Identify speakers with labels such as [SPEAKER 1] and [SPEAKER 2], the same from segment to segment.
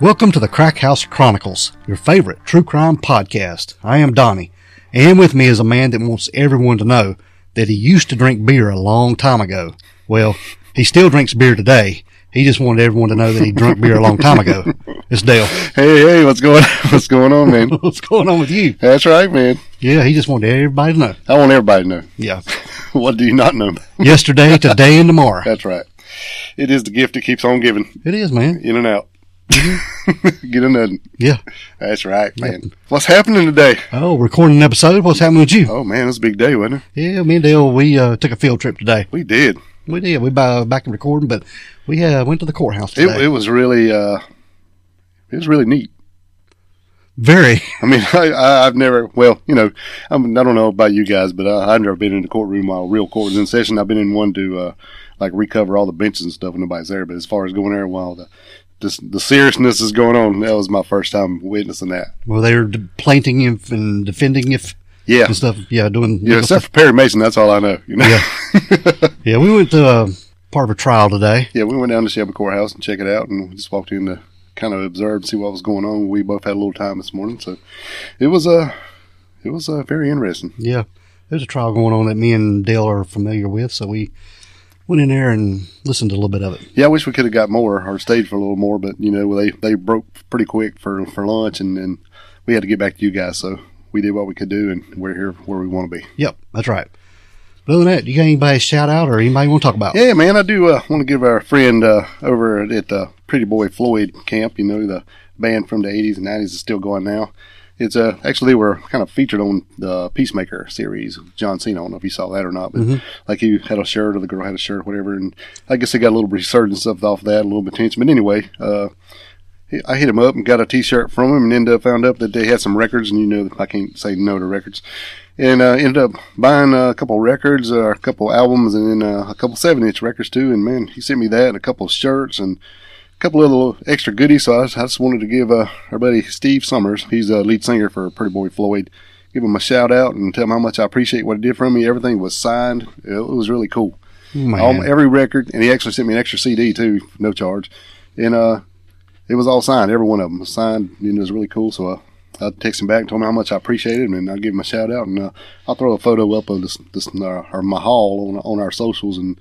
[SPEAKER 1] Welcome to the Crack House Chronicles, your favorite true crime podcast. I am Donnie, and with me is a man that wants everyone to know that he used to drink beer a long time ago. Well, he still drinks beer today. He just wanted everyone to know that he drank beer a long time ago. It's Dale.
[SPEAKER 2] Hey, hey, what's going what's going on, man?
[SPEAKER 1] What's going on with you?
[SPEAKER 2] That's right, man.
[SPEAKER 1] Yeah, he just wanted everybody to know.
[SPEAKER 2] I want everybody to know.
[SPEAKER 1] Yeah.
[SPEAKER 2] What do you not know?
[SPEAKER 1] Yesterday, today, and tomorrow.
[SPEAKER 2] That's right. It is the gift that keeps on giving.
[SPEAKER 1] It is, man.
[SPEAKER 2] In and out. Get in nothing.
[SPEAKER 1] Yeah.
[SPEAKER 2] That's right, man. What's happening today?
[SPEAKER 1] Oh, recording an episode. What's happening with you?
[SPEAKER 2] Oh man, it's a big day, wasn't it?
[SPEAKER 1] Yeah, me and Dale, we uh, took a field trip today.
[SPEAKER 2] We did.
[SPEAKER 1] We did. We uh, back and recording, but we uh, went to the courthouse
[SPEAKER 2] It,
[SPEAKER 1] today.
[SPEAKER 2] it was really uh it was really neat.
[SPEAKER 1] Very.
[SPEAKER 2] I mean, I, I, I've never, well, you know, I'm, I don't know about you guys, but I, I've never been in a courtroom while a real court is in session. I've been in one to, uh, like recover all the benches and stuff when nobody's there. But as far as going there while the, this, the seriousness is going on, that was my first time witnessing that.
[SPEAKER 1] Well, they were de- planting you and defending you
[SPEAKER 2] Yeah.
[SPEAKER 1] and stuff. Yeah, doing
[SPEAKER 2] yeah.
[SPEAKER 1] legal
[SPEAKER 2] Except
[SPEAKER 1] stuff.
[SPEAKER 2] for Perry Mason, that's all I know. You know?
[SPEAKER 1] Yeah. Yeah, we went to uh, part of a trial today.
[SPEAKER 2] yeah. We went down to Shelby Courthouse and check it out and we just walked in to kind of observe and see what was going on. We both had a little time this morning. So it was, uh, it was, uh, very interesting.
[SPEAKER 1] Yeah, there's a trial going on that me and Dale are familiar with, so we went in there and listened to a little bit of it.
[SPEAKER 2] Yeah, I wish we could have got more or stayed for a little more, but you know they they broke pretty quick for for lunch, and and we had to get back to you guys, so we did what we could do, and we're here where we want to be.
[SPEAKER 1] Yep, that's right. But other than that, you got anybody shout out or anybody you want to talk about?
[SPEAKER 2] Yeah, man, I do uh, want to give our friend uh, over at uh, Pretty Boy Floyd camp. You know the band from the '80s and '90s is still going now. It's uh, actually they were kind of featured on the Peacemaker series. John Cena. I don't know if you saw that or not, but like he had a shirt, or the girl had a shirt, whatever. And I guess they got a little resurgence of off that, a little bit of attention. But anyway, uh, he- I hit him up and got a T-shirt from him, and ended up found out that they had some records, and you know I can't say no to records, and uh, ended up buying a couple records, uh, a couple albums, and then uh, a couple seven-inch records too. And man, he sent me that and a couple of shirts and a couple of little extra goodies. So I just, I just wanted to give uh, our buddy Steve Summers, he's a lead singer for Pretty Boy Floyd, give him a shout out and tell him how much I appreciate what he did for me. Everything was signed. It was really cool.
[SPEAKER 1] Oh, Man.
[SPEAKER 2] All, every record, and he actually sent me an extra CD too, no charge. And uh, it was all signed. Every one of them was signed, and it was really cool. So I, I texted him back and told him how much I appreciated him, and I give him a shout out. And uh, I'll throw a photo up of this, this uh, or my haul on, on our socials and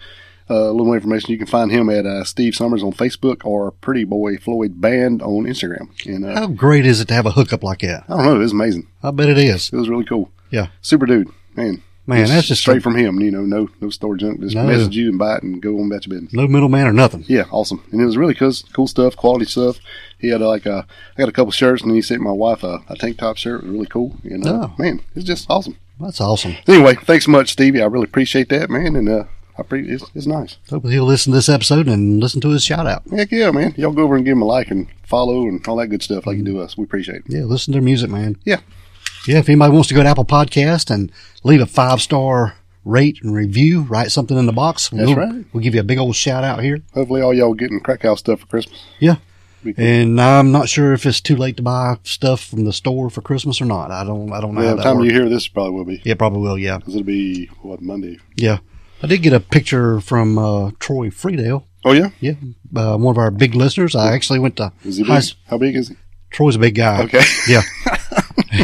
[SPEAKER 2] uh, a little more information. You can find him at uh, Steve Summers on Facebook or Pretty Boy Floyd Band on Instagram. And uh,
[SPEAKER 1] How great is it to have a hookup like that?
[SPEAKER 2] I don't know, it was amazing.
[SPEAKER 1] I bet it is.
[SPEAKER 2] It was really cool.
[SPEAKER 1] Yeah.
[SPEAKER 2] Super dude, man.
[SPEAKER 1] Man, that's just
[SPEAKER 2] straight from him. You know, no no store junk. Just
[SPEAKER 1] No.
[SPEAKER 2] message you and buy it and go on about your business.
[SPEAKER 1] No middleman or nothing.
[SPEAKER 2] Yeah, awesome. And it was really cool, cool stuff, quality stuff. He had uh, like a, I got a couple shirts, and he sent my wife a, a tank top shirt. It was really cool. And uh,
[SPEAKER 1] Oh.
[SPEAKER 2] man, it's just awesome.
[SPEAKER 1] That's awesome.
[SPEAKER 2] Anyway, thanks so much, Stevie. I really appreciate that, man. And uh, I pre- it's, it's nice.
[SPEAKER 1] Hope he'll listen to this episode and listen to his shout out.
[SPEAKER 2] Heck yeah, man. Y'all go over and give him a like and follow and all that good stuff like
[SPEAKER 1] Mm-hmm.
[SPEAKER 2] you do us. We appreciate it.
[SPEAKER 1] Yeah, listen to their music, man.
[SPEAKER 2] Yeah,
[SPEAKER 1] Yeah, if anybody wants to go to Apple Podcast and leave a five star rate and review, write something in the box.
[SPEAKER 2] That's
[SPEAKER 1] we'll,
[SPEAKER 2] right.
[SPEAKER 1] We'll give you a big old shout out here.
[SPEAKER 2] hopefully all y'all getting crack house stuff for Christmas.
[SPEAKER 1] Yeah.
[SPEAKER 2] We can-
[SPEAKER 1] And I'm not sure if it's too late to buy stuff from the store for Christmas or not. I don't. I don't know
[SPEAKER 2] By
[SPEAKER 1] how
[SPEAKER 2] the
[SPEAKER 1] Ah, that
[SPEAKER 2] time
[SPEAKER 1] works.
[SPEAKER 2] you hear this, probably will be.
[SPEAKER 1] yeah, probably will. Yeah,
[SPEAKER 2] 'Cause it'll be, what, Monday?
[SPEAKER 1] yeah. I did get a picture from uh, Troy Freedale.
[SPEAKER 2] Oh, yeah?
[SPEAKER 1] Yeah, uh, one of our big listeners. I actually went to.
[SPEAKER 2] Is he big?
[SPEAKER 1] high s-
[SPEAKER 2] How big is he?
[SPEAKER 1] Troy's a big guy.
[SPEAKER 2] Okay.
[SPEAKER 1] Yeah.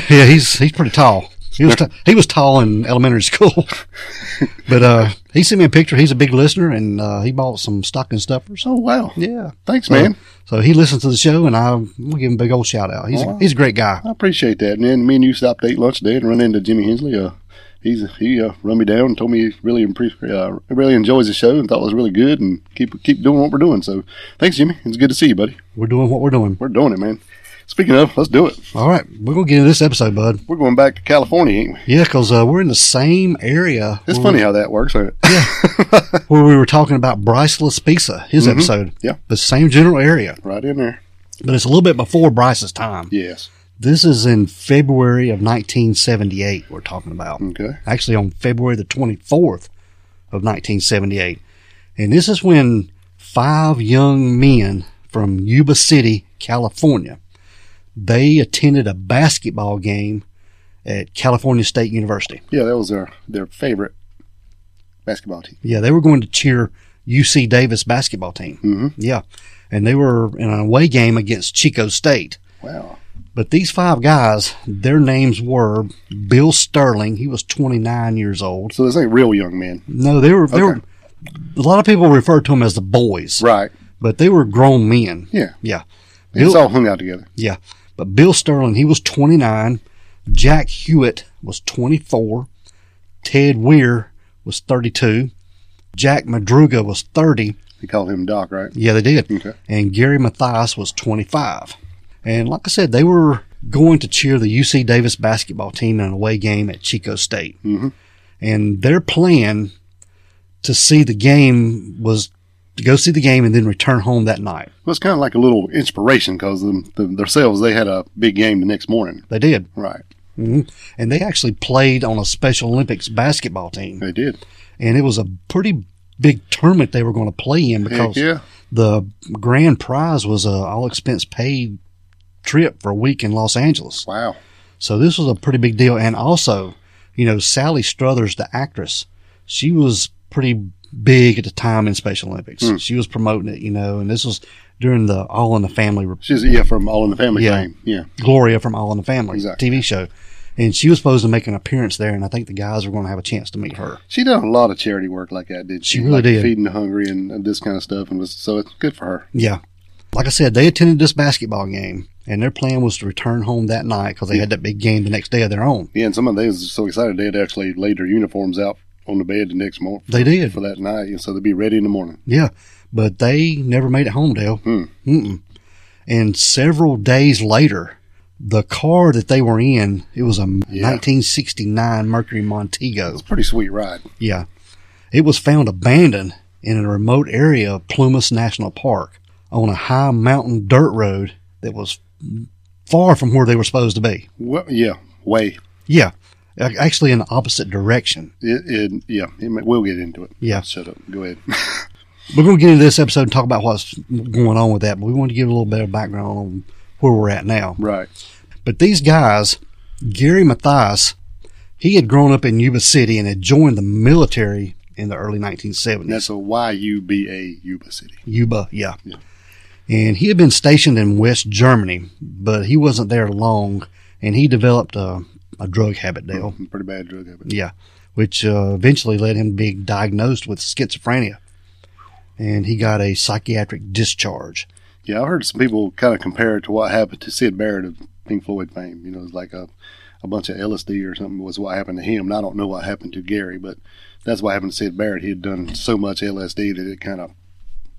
[SPEAKER 1] yeah, he's he's pretty tall. He was t- he was tall in elementary school, but uh, he sent me a picture. He's a big listener, and uh, he bought some stocking stuffers.
[SPEAKER 2] Oh, wow.
[SPEAKER 1] Yeah,
[SPEAKER 2] Thanks,
[SPEAKER 1] So-
[SPEAKER 2] man.
[SPEAKER 1] So, he listens to the show, and I we give him a big old shout out. He's a, he's a great guy.
[SPEAKER 2] I appreciate that. And then me and you stopped to eat lunch today and run into Jimmy Hensley. Uh, he's he uh, run me down and told me he really impre- uh, really enjoys the show and thought it was really good and keep keep doing what we're doing. So thanks, Jimmy. It's good to see you, buddy.
[SPEAKER 1] We're doing what we're doing.
[SPEAKER 2] We're doing it, man. Speaking of, let's do it.
[SPEAKER 1] All right, we're gonna get into this episode, bud.
[SPEAKER 2] We're going back to California, ain't we?
[SPEAKER 1] Yeah, because uh, we're in the same area.
[SPEAKER 2] It's
[SPEAKER 1] where
[SPEAKER 2] funny how that works, ain't it?
[SPEAKER 1] we- where we were talking about Bryce Laspisa, his episode.
[SPEAKER 2] Yeah.
[SPEAKER 1] the same general area,
[SPEAKER 2] Right in there.
[SPEAKER 1] but it's a little bit before Bryce's time.
[SPEAKER 2] Yes.
[SPEAKER 1] This is in February of 1978. We're talking about
[SPEAKER 2] Okay.
[SPEAKER 1] actually on February the 24th of 1978, and this is when five young men from Yuba City, California, they attended a basketball game at California State University.
[SPEAKER 2] Yeah, that was their their favorite basketball team.
[SPEAKER 1] Yeah, they were going to cheer UC Davis basketball team. Mm-hmm. Yeah, and they were in an away game against Chico State.
[SPEAKER 2] Wow.
[SPEAKER 1] But these five guys, their names were Bill Sterling. He was 29 years old.
[SPEAKER 2] So this ain't real young men.
[SPEAKER 1] No, they were. They were. A lot of people refer to them as the boys,
[SPEAKER 2] Right.
[SPEAKER 1] but they were grown men.
[SPEAKER 2] Yeah.
[SPEAKER 1] Yeah,
[SPEAKER 2] It's
[SPEAKER 1] Bill-
[SPEAKER 2] all hung out together.
[SPEAKER 1] yeah. But Bill Sterling, he was 29. Jack Hewitt was 24. Ted Weir was 32. Jack Madruga was 30.
[SPEAKER 2] They called him Doc, right?
[SPEAKER 1] Yeah, they did.
[SPEAKER 2] Okay.
[SPEAKER 1] And Gary Mathias was 25. And like I said, they were going to cheer the UC Davis basketball team in an away game at Chico State. Mm-hmm. And their plan to see the game was to go see the game and then return home that night.
[SPEAKER 2] Well, it's kind of like a little inspiration because them, them, themselves, they had a big game the next morning.
[SPEAKER 1] They did.
[SPEAKER 2] Right.
[SPEAKER 1] hmm And they actually played on a Special Olympics basketball team.
[SPEAKER 2] They did.
[SPEAKER 1] And it was a pretty big tournament they were going to play in
[SPEAKER 2] Heck
[SPEAKER 1] because
[SPEAKER 2] yeah.
[SPEAKER 1] the grand prize was a all expense paid trip for a week in Los Angeles.
[SPEAKER 2] Wow.
[SPEAKER 1] So this was a pretty big deal. And also, you know, Sally Struthers, the actress, she was pretty big at the time in Special Olympics. She was promoting it, you know, and this was during the All in the Family,
[SPEAKER 2] She's, yeah, from All in the Family
[SPEAKER 1] Yeah.
[SPEAKER 2] fame. Yeah.
[SPEAKER 1] Gloria from All in the Family
[SPEAKER 2] Exactly.
[SPEAKER 1] TV show. And she was supposed to make an appearance there, and I think the guys were going to have a chance to meet her.
[SPEAKER 2] She done a lot of charity work like that, did she?
[SPEAKER 1] She really
[SPEAKER 2] Like
[SPEAKER 1] did.
[SPEAKER 2] Feeding the hungry and this kind of stuff. And was, so it's good for her.
[SPEAKER 1] Yeah. Like I said, they attended this basketball game, and their plan was to return home that night because they had that big game the next day of their own.
[SPEAKER 2] Yeah, and some of them was so excited they'd actually laid their uniforms out on the bed the next morning
[SPEAKER 1] They did.
[SPEAKER 2] for that night. And so they'd be ready in the morning.
[SPEAKER 1] Yeah, but they never made it home, Dale. Mm-mm. And several days later, the car that they were in, it was a 1969 Mercury Montego.
[SPEAKER 2] Pretty sweet ride.
[SPEAKER 1] Yeah. It was found abandoned in a remote area of Plumas National Park on a high mountain dirt road that was far from where they were supposed to be.
[SPEAKER 2] Well, yeah, way.
[SPEAKER 1] Yeah. ac- Actually, in the opposite direction.
[SPEAKER 2] It, it, yeah, it, may- we'll get into it.
[SPEAKER 1] Yeah.
[SPEAKER 2] Shut up. Go ahead.
[SPEAKER 1] We're going to get into this episode and talk about what's going on with that, but we want to give a little bit of background on where we're at now.
[SPEAKER 2] right.
[SPEAKER 1] But these guys, Gary Mathias, he had grown up in Yuba City and had joined the military in the early 1970s.
[SPEAKER 2] That's a Y U B A Yuba City.
[SPEAKER 1] Yuba, yeah. And he had been stationed in West Germany, but he wasn't there long, and he developed a, a drug habit, Dale.
[SPEAKER 2] Pretty bad drug habit.
[SPEAKER 1] Yeah, which uh, eventually led him to be diagnosed with schizophrenia, and he got a psychiatric discharge.
[SPEAKER 2] Yeah, I heard some people kind of compare it to what happened to Sid Barrett of Pink Floyd fame. You know, it's like a, a bunch of LSD or something was what happened to him. And I don't know what happened to Gary, but that's what happened to Sid Barrett. He had done so much LSD that it kind of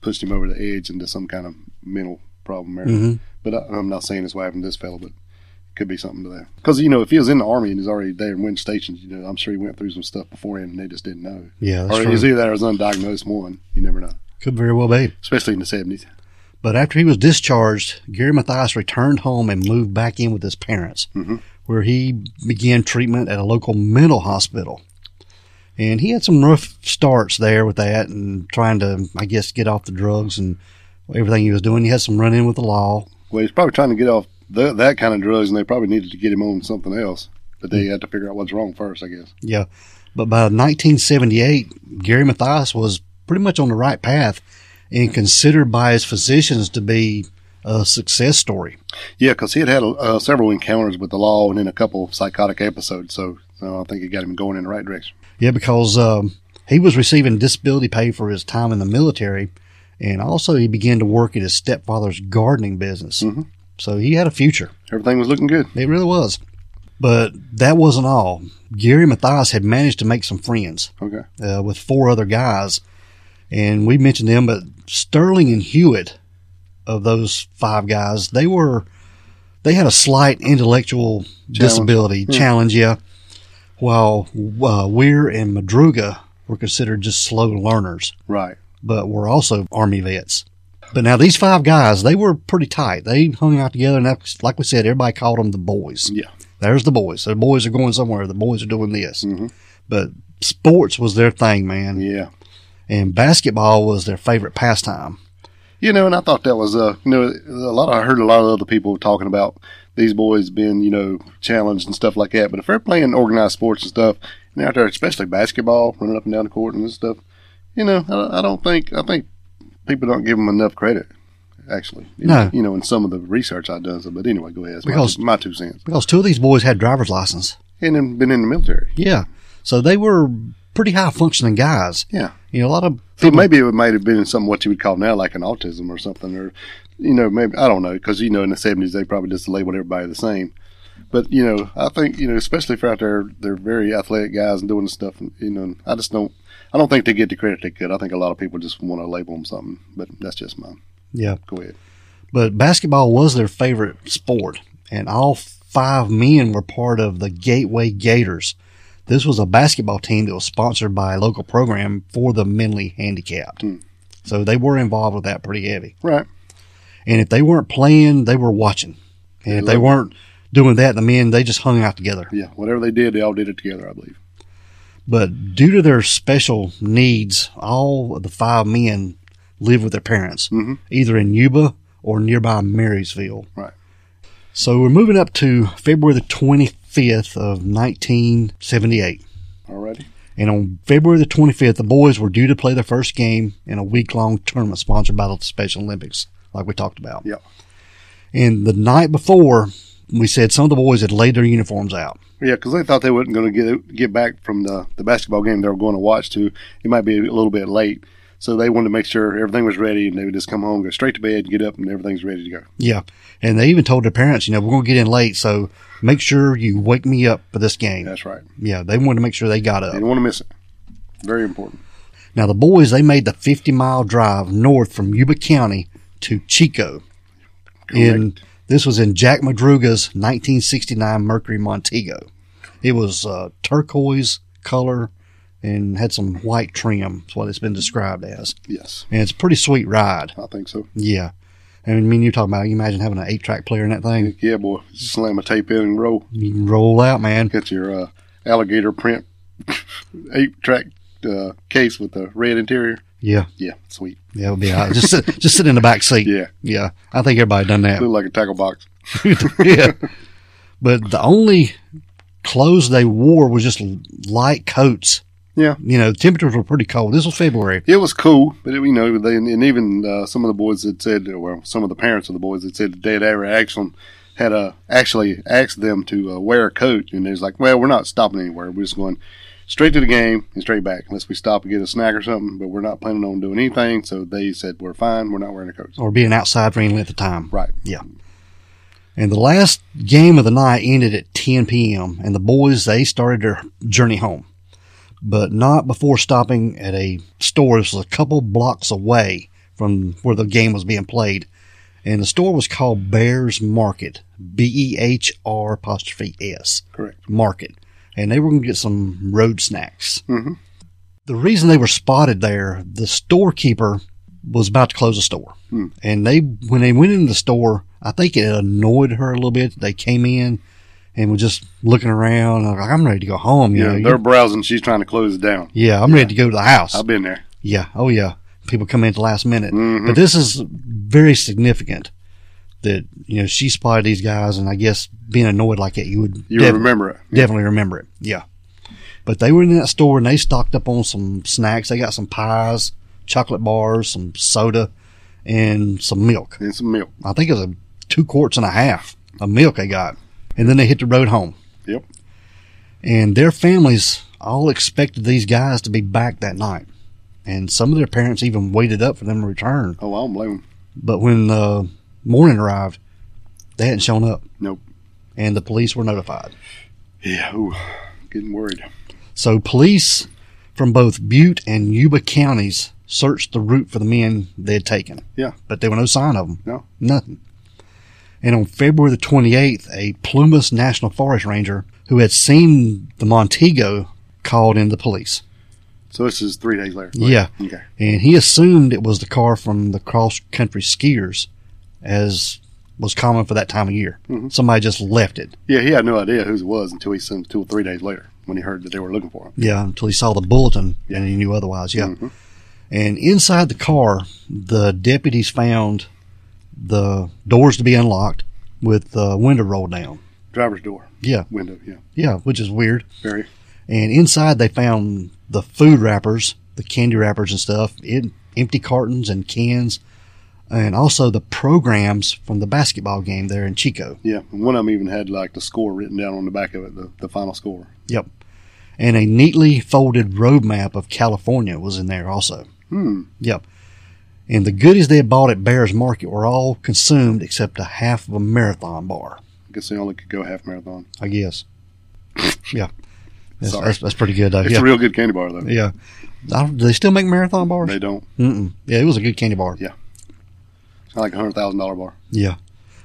[SPEAKER 2] pushed him over the edge into some kind of mental problem. There.
[SPEAKER 1] Mm-hmm.
[SPEAKER 2] But I, I'm not saying it's what happened to this fellow, but it could be something to that. Because, you know, if he was in the Army and he's already there and went stations, you know, I'm sure he went through some stuff beforehand and they just didn't know.
[SPEAKER 1] Yeah, that's
[SPEAKER 2] or
[SPEAKER 1] true.
[SPEAKER 2] he's either there as undiagnosed one. You never know,
[SPEAKER 1] Could very well be.
[SPEAKER 2] especially in the 70s.
[SPEAKER 1] But after he was discharged, Gary Mathias returned home and moved back in with his parents, where he began treatment at a local mental hospital. And he had some rough starts there with that and trying to, I guess, get off the drugs and everything he was doing. He had some run in with the law.
[SPEAKER 2] Well, he's probably trying to get off th that kind of drugs, and they probably needed to get him on something else. But they had to figure out what's wrong first, I guess.
[SPEAKER 1] Yeah. But by 1978, Gary Mathias was pretty much on the right path and considered by his physicians to be a success story.
[SPEAKER 2] Yeah, because he had had uh, several encounters with the law and then a couple psychotic episodes. So, so I think it got him going in the right direction.
[SPEAKER 1] Yeah, because um, he was receiving disability pay for his time in the military, and also he began to work at his stepfather's gardening business. So he had a future.
[SPEAKER 2] Everything was looking good.
[SPEAKER 1] It really was. But that wasn't all. Gary Mathias had managed to make some friends
[SPEAKER 2] Okay.
[SPEAKER 1] uh, with four other guys, and we mentioned them. But Sterling and Hewitt, of those five guys, they were they had a slight intellectual disability challenge, yeah. While uh, Weir and Madruga were considered just slow learners,
[SPEAKER 2] Right.
[SPEAKER 1] but were also Army vets. But now these five guys, they were pretty tight. They hung out together, and that's, like we said, everybody called them the boys.
[SPEAKER 2] Yeah.
[SPEAKER 1] There's the boys. The boys are going somewhere. The boys are doing this.
[SPEAKER 2] Mm-hmm.
[SPEAKER 1] But sports was their thing, man,
[SPEAKER 2] Yeah.
[SPEAKER 1] and basketball was their favorite pastime.
[SPEAKER 2] You know, and I thought that was uh, you know, a lot. I heard a lot of other people talking about these boys being, you know, challenged and stuff like that. But if they're playing organized sports and stuff, and out there, especially basketball, running up and down the court and this stuff, you know, I, I don't think I think people don't give them enough credit. Actually,
[SPEAKER 1] No.
[SPEAKER 2] you know, in some of the research I've done. So, but anyway, go ahead. It's
[SPEAKER 1] Because-
[SPEAKER 2] my, two, my two cents,
[SPEAKER 1] Because two of these boys had driver's license.
[SPEAKER 2] and then been in the military.
[SPEAKER 1] Yeah. So they were pretty high functioning guys.
[SPEAKER 2] Yeah.
[SPEAKER 1] You know, a lot of
[SPEAKER 2] So maybe it might have been something what you would call now like an autism or something, or you know, maybe I don't know because you know in the seventies they probably just labeled everybody the same. But you know, I think you know, especially for out there, they're very athletic guys and doing stuff. and, You know, and I just don't, I don't think they get the credit they could. I think a lot of people just want to label them something, but that's just mine.
[SPEAKER 1] yeah.
[SPEAKER 2] Go ahead.
[SPEAKER 1] But basketball was their favorite sport, and all five men were part of the Gateway Gators. This was a basketball team that was sponsored by a local program for the mentally handicapped. So they were involved with that pretty heavy.
[SPEAKER 2] Right.
[SPEAKER 1] And if they weren't playing, they were watching. And if they weren't doing that, the men, they just hung out together.
[SPEAKER 2] Yeah. Whatever they did, they all did it together, I believe.
[SPEAKER 1] But due to their special needs, all of the five men live with their parents, either in Yuba or nearby Marysville.
[SPEAKER 2] Mm-hmm. Right.
[SPEAKER 1] So we're moving up to February the 25th of 1978.
[SPEAKER 2] Alrighty.
[SPEAKER 1] And on February the 25th, the boys were due to play their first game in a week long tournament sponsored by the Special Olympics, like we talked about.
[SPEAKER 2] Yep.
[SPEAKER 1] And the night before, we said some of the boys had laid their uniforms out.
[SPEAKER 2] Yeah, because they thought they wasn't going to get get back from the, the basketball game they were going to watch to. It might be a little bit late, so they wanted to make sure everything was ready, and they would just come home, go straight to bed, get up, and everything's ready to go.
[SPEAKER 1] Yeah. And they even told their parents, you know, we're going to get in late, so make sure you wake me up for this game.
[SPEAKER 2] That's right.
[SPEAKER 1] Yeah, they wanted to make sure they got
[SPEAKER 2] They
[SPEAKER 1] up.
[SPEAKER 2] didn't want to miss it. Very important.
[SPEAKER 1] Now, the boys, they made the 50 mile drive north from Yuba County to Chico. In, this was in Jack Madruga's 1969 Mercury Montego. It was uh, turquoise color and had some white trim, is what it's been described as.
[SPEAKER 2] Yes,
[SPEAKER 1] And it's a pretty sweet ride.
[SPEAKER 2] I think so.
[SPEAKER 1] Yeah. I mean, me and you talking about, you imagine having an eight track player in that thing?
[SPEAKER 2] Yeah, boy, just slam a tape in and roll.
[SPEAKER 1] You can roll out, man.
[SPEAKER 2] Got your uh, alligator print eight track uh, case with the red interior.
[SPEAKER 1] Yeah.
[SPEAKER 2] Yeah, sweet.
[SPEAKER 1] Yeah, it would be all right. Just sit, just sit in the back seat.
[SPEAKER 2] Yeah.
[SPEAKER 1] Yeah. I think everybody done that.
[SPEAKER 2] Looked like a tackle box.
[SPEAKER 1] yeah. But the only clothes they wore was just l- light coats.
[SPEAKER 2] Yeah.
[SPEAKER 1] You know, temperatures were pretty cold. This was February.
[SPEAKER 2] It was cool, but it, you know, they, and even uh, some of the boys had said, uh, well, some of the parents of the boys had said that they had ever asked them, had uh, actually asked them to uh, wear a coat, and it was like, well, we're not stopping anywhere. We're just going straight to the game and straight back, unless we stop and get a snack or something. But we're not planning on doing anything, so they said we're fine. We're not wearing a coat.
[SPEAKER 1] Or being outside for any length of time.
[SPEAKER 2] Right.
[SPEAKER 1] Yeah. And the last game of the night ended at 10 p.m. and the boys, they started their journey home, but not before stopping at a store. This was a couple blocks away from where the game was being played. And the store was called Bears Market, B E H R apostrophe S.
[SPEAKER 2] Correct.
[SPEAKER 1] market, and they were going to get some road snacks.
[SPEAKER 2] Mhm.
[SPEAKER 1] The reason they were spotted there, the storekeeper was about to close the store,
[SPEAKER 2] Hmm.
[SPEAKER 1] and they when they went into the store, I think it annoyed her a little bit. They came in and were just looking around, like I'm ready to go home. You
[SPEAKER 2] Yeah,
[SPEAKER 1] know,
[SPEAKER 2] they're
[SPEAKER 1] You-
[SPEAKER 2] browsing. She's trying to close it down.
[SPEAKER 1] yeah, I'm ready to go to the house.
[SPEAKER 2] I've Mm-hmm. been there.
[SPEAKER 1] Yeah. Oh, yeah. People come in at the last minute. But this is very significant that, you know, she spotted these guys, and I guess being annoyed like that, you would
[SPEAKER 2] You
[SPEAKER 1] definitely-
[SPEAKER 2] remember it.
[SPEAKER 1] Definitely remember it. Yeah. But they were in that store and they stocked up on some snacks. They got some pies, chocolate bars, some soda, and some milk.
[SPEAKER 2] And some milk.
[SPEAKER 1] I think it was a, two quarts and a half of milk they got. And then they hit the road home.
[SPEAKER 2] Yep.
[SPEAKER 1] And their families all expected these guys to be back that night. And some of their parents even waited up for them to return.
[SPEAKER 2] Oh, I don't blame 'em.
[SPEAKER 1] But when the morning arrived, they hadn't shown up
[SPEAKER 2] Nope.
[SPEAKER 1] and the police were notified.
[SPEAKER 2] Yeah. Ooh, getting worried.
[SPEAKER 1] So police from both Butte and Yuba counties searched the route for the men they had taken,
[SPEAKER 2] Yeah.
[SPEAKER 1] but there were no sign of them.
[SPEAKER 2] No.
[SPEAKER 1] Nothing. And on February the 28th, a Plumas National Forest Ranger who had seen the Montego called in the police.
[SPEAKER 2] So this is three days later. right?
[SPEAKER 1] Yeah.
[SPEAKER 2] Okay.
[SPEAKER 1] And he assumed it was the car from the cross country skiers, as was common for that time of year. Somebody just left it.
[SPEAKER 2] Yeah, he had no idea whose it was until he sent two or three days later when he heard that they were looking for him.
[SPEAKER 1] Yeah, until he saw the bulletin and he knew otherwise. Yeah. And inside the car, the deputies found the doors to be unlocked with the window rolled down.
[SPEAKER 2] Driver's door
[SPEAKER 1] Yeah.
[SPEAKER 2] window. Yeah.
[SPEAKER 1] Yeah, which is weird.
[SPEAKER 2] Very.
[SPEAKER 1] And inside they found the food wrappers, the candy wrappers and stuff, in empty cartons and cans, and also the programs from the basketball game there in Chico.
[SPEAKER 2] Yeah. And one of them even had like the score written down on the back of it, the, the final score.
[SPEAKER 1] Yep. And a neatly folded road map of California was in there also.
[SPEAKER 2] Hmm.
[SPEAKER 1] Yep. And the goodies they had bought at Bear's Market were all consumed except a half of a marathon bar,
[SPEAKER 2] I guess they only could go half marathon.
[SPEAKER 1] I guess. yeah. That's,
[SPEAKER 2] Sorry.
[SPEAKER 1] that's, that's pretty good, though.
[SPEAKER 2] It's
[SPEAKER 1] Uh, Yeah.
[SPEAKER 2] a real good candy bar though.
[SPEAKER 1] yeah. I don't- do they still make marathon bars?
[SPEAKER 2] They don't.
[SPEAKER 1] Mm-mm. Yeah, it was a good candy bar.
[SPEAKER 2] Yeah. It's not like a hundred thousand dollar bar.
[SPEAKER 1] Yeah.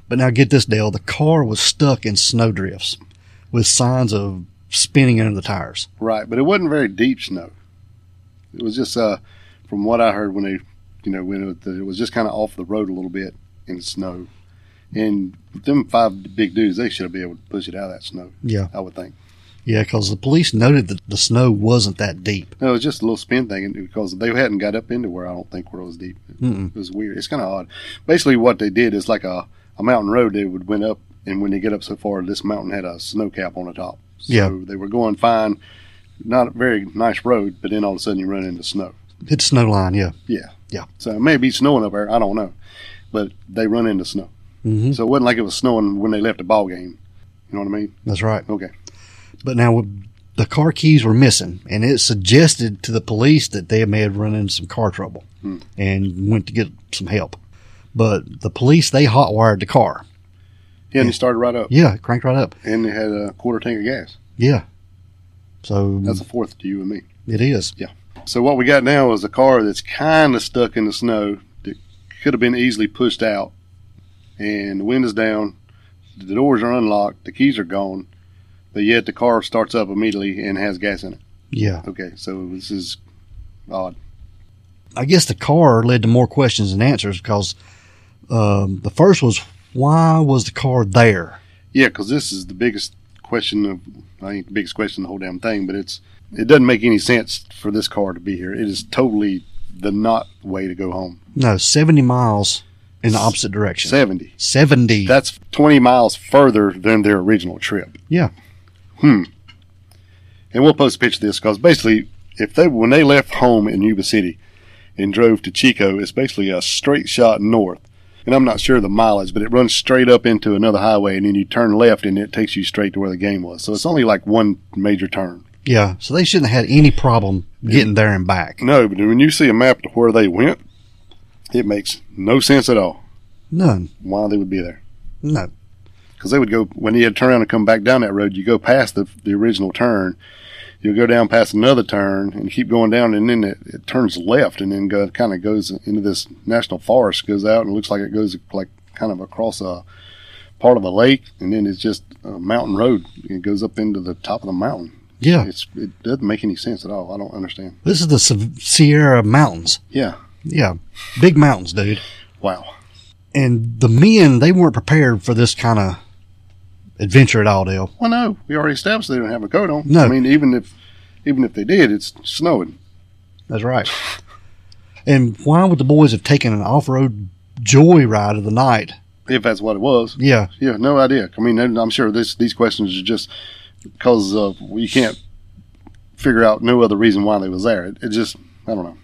[SPEAKER 1] But now get this, Dale. The car was stuck in snowdrifts with signs of spinning under the tires.
[SPEAKER 2] Right, but it wasn't very deep snow. It was just uh, from what I heard when they, you know, went with the, it was just kind of off the road a little bit in snow, and them five big dudes they should have been able to push it out of that snow.
[SPEAKER 1] Yeah.
[SPEAKER 2] I would think.
[SPEAKER 1] Yeah, because the police noted that the snow wasn't that deep.
[SPEAKER 2] No, it was just a little spin thing and- because they hadn't got up into where I don't think where it was deep.
[SPEAKER 1] Mm-mm.
[SPEAKER 2] It was weird. It's kind of odd. Basically, what they did is like a, a mountain road. They would went up, and when they get up so far, this mountain had a snow cap on the top. So
[SPEAKER 1] Yeah.
[SPEAKER 2] they were going fine, not a very nice road, but then all of a sudden you run into snow.
[SPEAKER 1] Hit the snow line, yeah.
[SPEAKER 2] Yeah.
[SPEAKER 1] Yeah.
[SPEAKER 2] So it may be snowing up there. I don't know. But they run into snow.
[SPEAKER 1] hmm
[SPEAKER 2] So it wasn't like it was snowing when they left the ball game. You know what I mean?
[SPEAKER 1] That's right.
[SPEAKER 2] Okay.
[SPEAKER 1] But now the car keys were missing, and it suggested to the police that they may have run into some car trouble
[SPEAKER 2] Hmm.
[SPEAKER 1] and went to get some help. But the police, they hotwired the car.
[SPEAKER 2] Yeah, and they started right up.
[SPEAKER 1] Yeah, it cranked right up.
[SPEAKER 2] And they had a quarter tank of gas.
[SPEAKER 1] Yeah. So
[SPEAKER 2] That's a fourth to you and me.
[SPEAKER 1] it is.
[SPEAKER 2] So what we got now is a car that's kind of stuck in the snow that could have been easily pushed out, and the window's down, the doors are unlocked, the keys are gone, but yet the car starts up immediately and has gas in it.
[SPEAKER 1] Yeah.
[SPEAKER 2] Okay, so this is odd.
[SPEAKER 1] I guess the car led to more questions than answers because um, the first was why was the car there?
[SPEAKER 2] Yeah, because this is the biggest question of I ain't the biggest question of the whole damn thing, but it's it doesn't make any sense for this car to be here. It is totally the not way to go home.
[SPEAKER 1] No, 70 miles in the opposite direction.
[SPEAKER 2] Seventy.
[SPEAKER 1] 70.
[SPEAKER 2] That's twenty miles further than their original trip. Hmm.
[SPEAKER 1] yeah.
[SPEAKER 2] And we'll post a picture of this because basically, if they when they left home in Yuba City and drove to Chico, it's basically a straight shot north. And I'm not sure of the mileage, but it runs straight up into another highway, and then you turn left, and it takes you straight to where the game was. So it's only like one major turn.
[SPEAKER 1] Yeah. So they shouldn't have had any problem getting there and back.
[SPEAKER 2] No, but when you see a map of where they went, it makes no sense at all
[SPEAKER 1] None.
[SPEAKER 2] why they would be there.
[SPEAKER 1] No.
[SPEAKER 2] Because they would go, when you had to turn around and come back down that road, you go past the, the original turn, you'll go down past another turn and keep going down, and then it, it turns left and then go, kind of goes into this national forest, goes out and looks like it goes like kind of across a part of a lake, and then it's just a mountain road. It goes up into the top of the mountain.
[SPEAKER 1] Yeah.
[SPEAKER 2] It's, it doesn't make any sense at all. I don't understand.
[SPEAKER 1] This is the Sav- Sierra Mountains.
[SPEAKER 2] Yeah.
[SPEAKER 1] Yeah. Big mountains, dude.
[SPEAKER 2] Wow.
[SPEAKER 1] And the men, they weren't prepared for this kind of adventure at all, Dale.
[SPEAKER 2] Well, no, we already established they don't have a coat on.
[SPEAKER 1] No.
[SPEAKER 2] I mean, even if even if they did, it's snowing.
[SPEAKER 1] That's right. And why would the boys have taken an off road joyride of the night?
[SPEAKER 2] If that's what it was,
[SPEAKER 1] Yeah.
[SPEAKER 2] yeah, no idea. I mean, and I'm sure this these questions are just because uh, we can't figure out no other reason why they was there. It, it just, I don't know.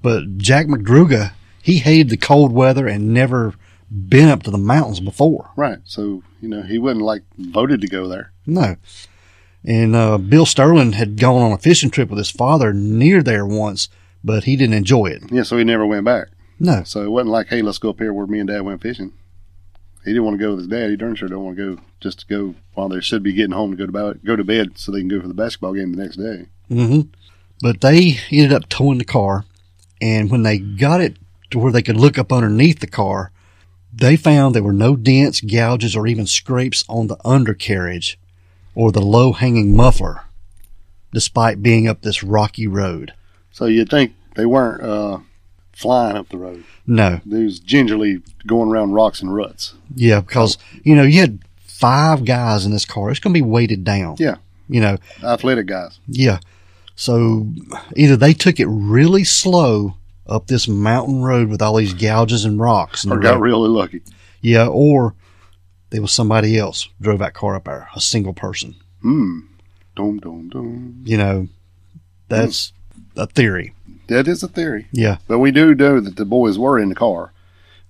[SPEAKER 1] But Jack McDruga, he hated the cold weather and never been up to the mountains before.
[SPEAKER 2] Right. So you know, he wasn't like voted to go there.
[SPEAKER 1] No. And uh, Bill Sterling had gone on a fishing trip with his father near there once, but he didn't enjoy it.
[SPEAKER 2] Yeah. So he never went back.
[SPEAKER 1] No.
[SPEAKER 2] So it wasn't like, hey, let's go up here where me and dad went fishing. He didn't want to go with his dad. He darn sure don't want to go just to go while they should be getting home to go to bed, go to bed so they can go for the basketball game the next day.
[SPEAKER 1] hmm But they ended up towing the car, and when they got it to where they could look up underneath the car, They found there were no dents, gouges, or even scrapes on the undercarriage or the low hanging muffler, despite being up this rocky road.
[SPEAKER 2] So you'd think they weren't uh, flying up the road.
[SPEAKER 1] No.
[SPEAKER 2] They was gingerly going around rocks and ruts.
[SPEAKER 1] Yeah, because, you know, you had five guys in this car. It's going to be weighted down.
[SPEAKER 2] Yeah,
[SPEAKER 1] You know,
[SPEAKER 2] athletic guys.
[SPEAKER 1] yeah. So either they took it really slow up this mountain road with all these gouges and rocks. in the
[SPEAKER 2] Or got
[SPEAKER 1] road.
[SPEAKER 2] really lucky.
[SPEAKER 1] Yeah, or there was somebody else drove that car up there, a single person.
[SPEAKER 2] Hmm. Dum dum dum.
[SPEAKER 1] You know, that's a theory.
[SPEAKER 2] That is a theory,
[SPEAKER 1] Yeah,
[SPEAKER 2] but we do know that the boys were in the car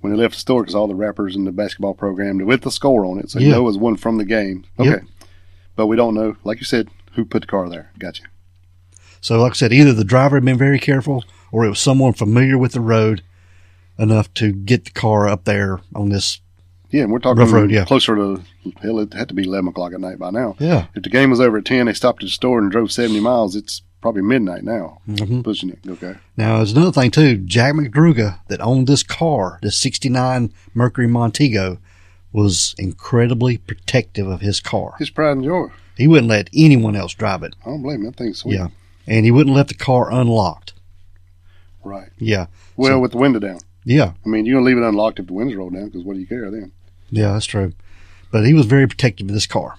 [SPEAKER 2] when they left the store because all the rappers in the basketball program with the score on it, so you
[SPEAKER 1] Yeah.
[SPEAKER 2] know it was one from the game. Okay,
[SPEAKER 1] Yep.
[SPEAKER 2] but we don't know, like you said, who put the car there. Gotcha.
[SPEAKER 1] So, like I said, either the driver had been very careful or it was someone familiar with the road enough to get the car up there on this.
[SPEAKER 2] Yeah, and we're talking
[SPEAKER 1] Rough road, yeah.
[SPEAKER 2] closer to hell. It had to be eleven o'clock at night by now.
[SPEAKER 1] Yeah.
[SPEAKER 2] If the game was over at ten, they stopped at the store and drove seventy miles. It's probably midnight now.
[SPEAKER 1] Hmm.
[SPEAKER 2] Pushing it. Okay.
[SPEAKER 1] mm-hmm. Now, there's another thing, too. Jack McDruga, that owned this car, the 69 Mercury Montego, was incredibly protective of his car.
[SPEAKER 2] His pride and joy.
[SPEAKER 1] He wouldn't let anyone else drive it.
[SPEAKER 2] I don't blame him. That thing's sweet.
[SPEAKER 1] Yeah. And he wouldn't let the car unlocked.
[SPEAKER 2] Right.
[SPEAKER 1] Yeah.
[SPEAKER 2] Well, with the window down.
[SPEAKER 1] Yeah.
[SPEAKER 2] I mean, you're gonna leave it unlocked if the windows roll down because what do you care then?
[SPEAKER 1] Yeah, that's true. But he was very protective of this car.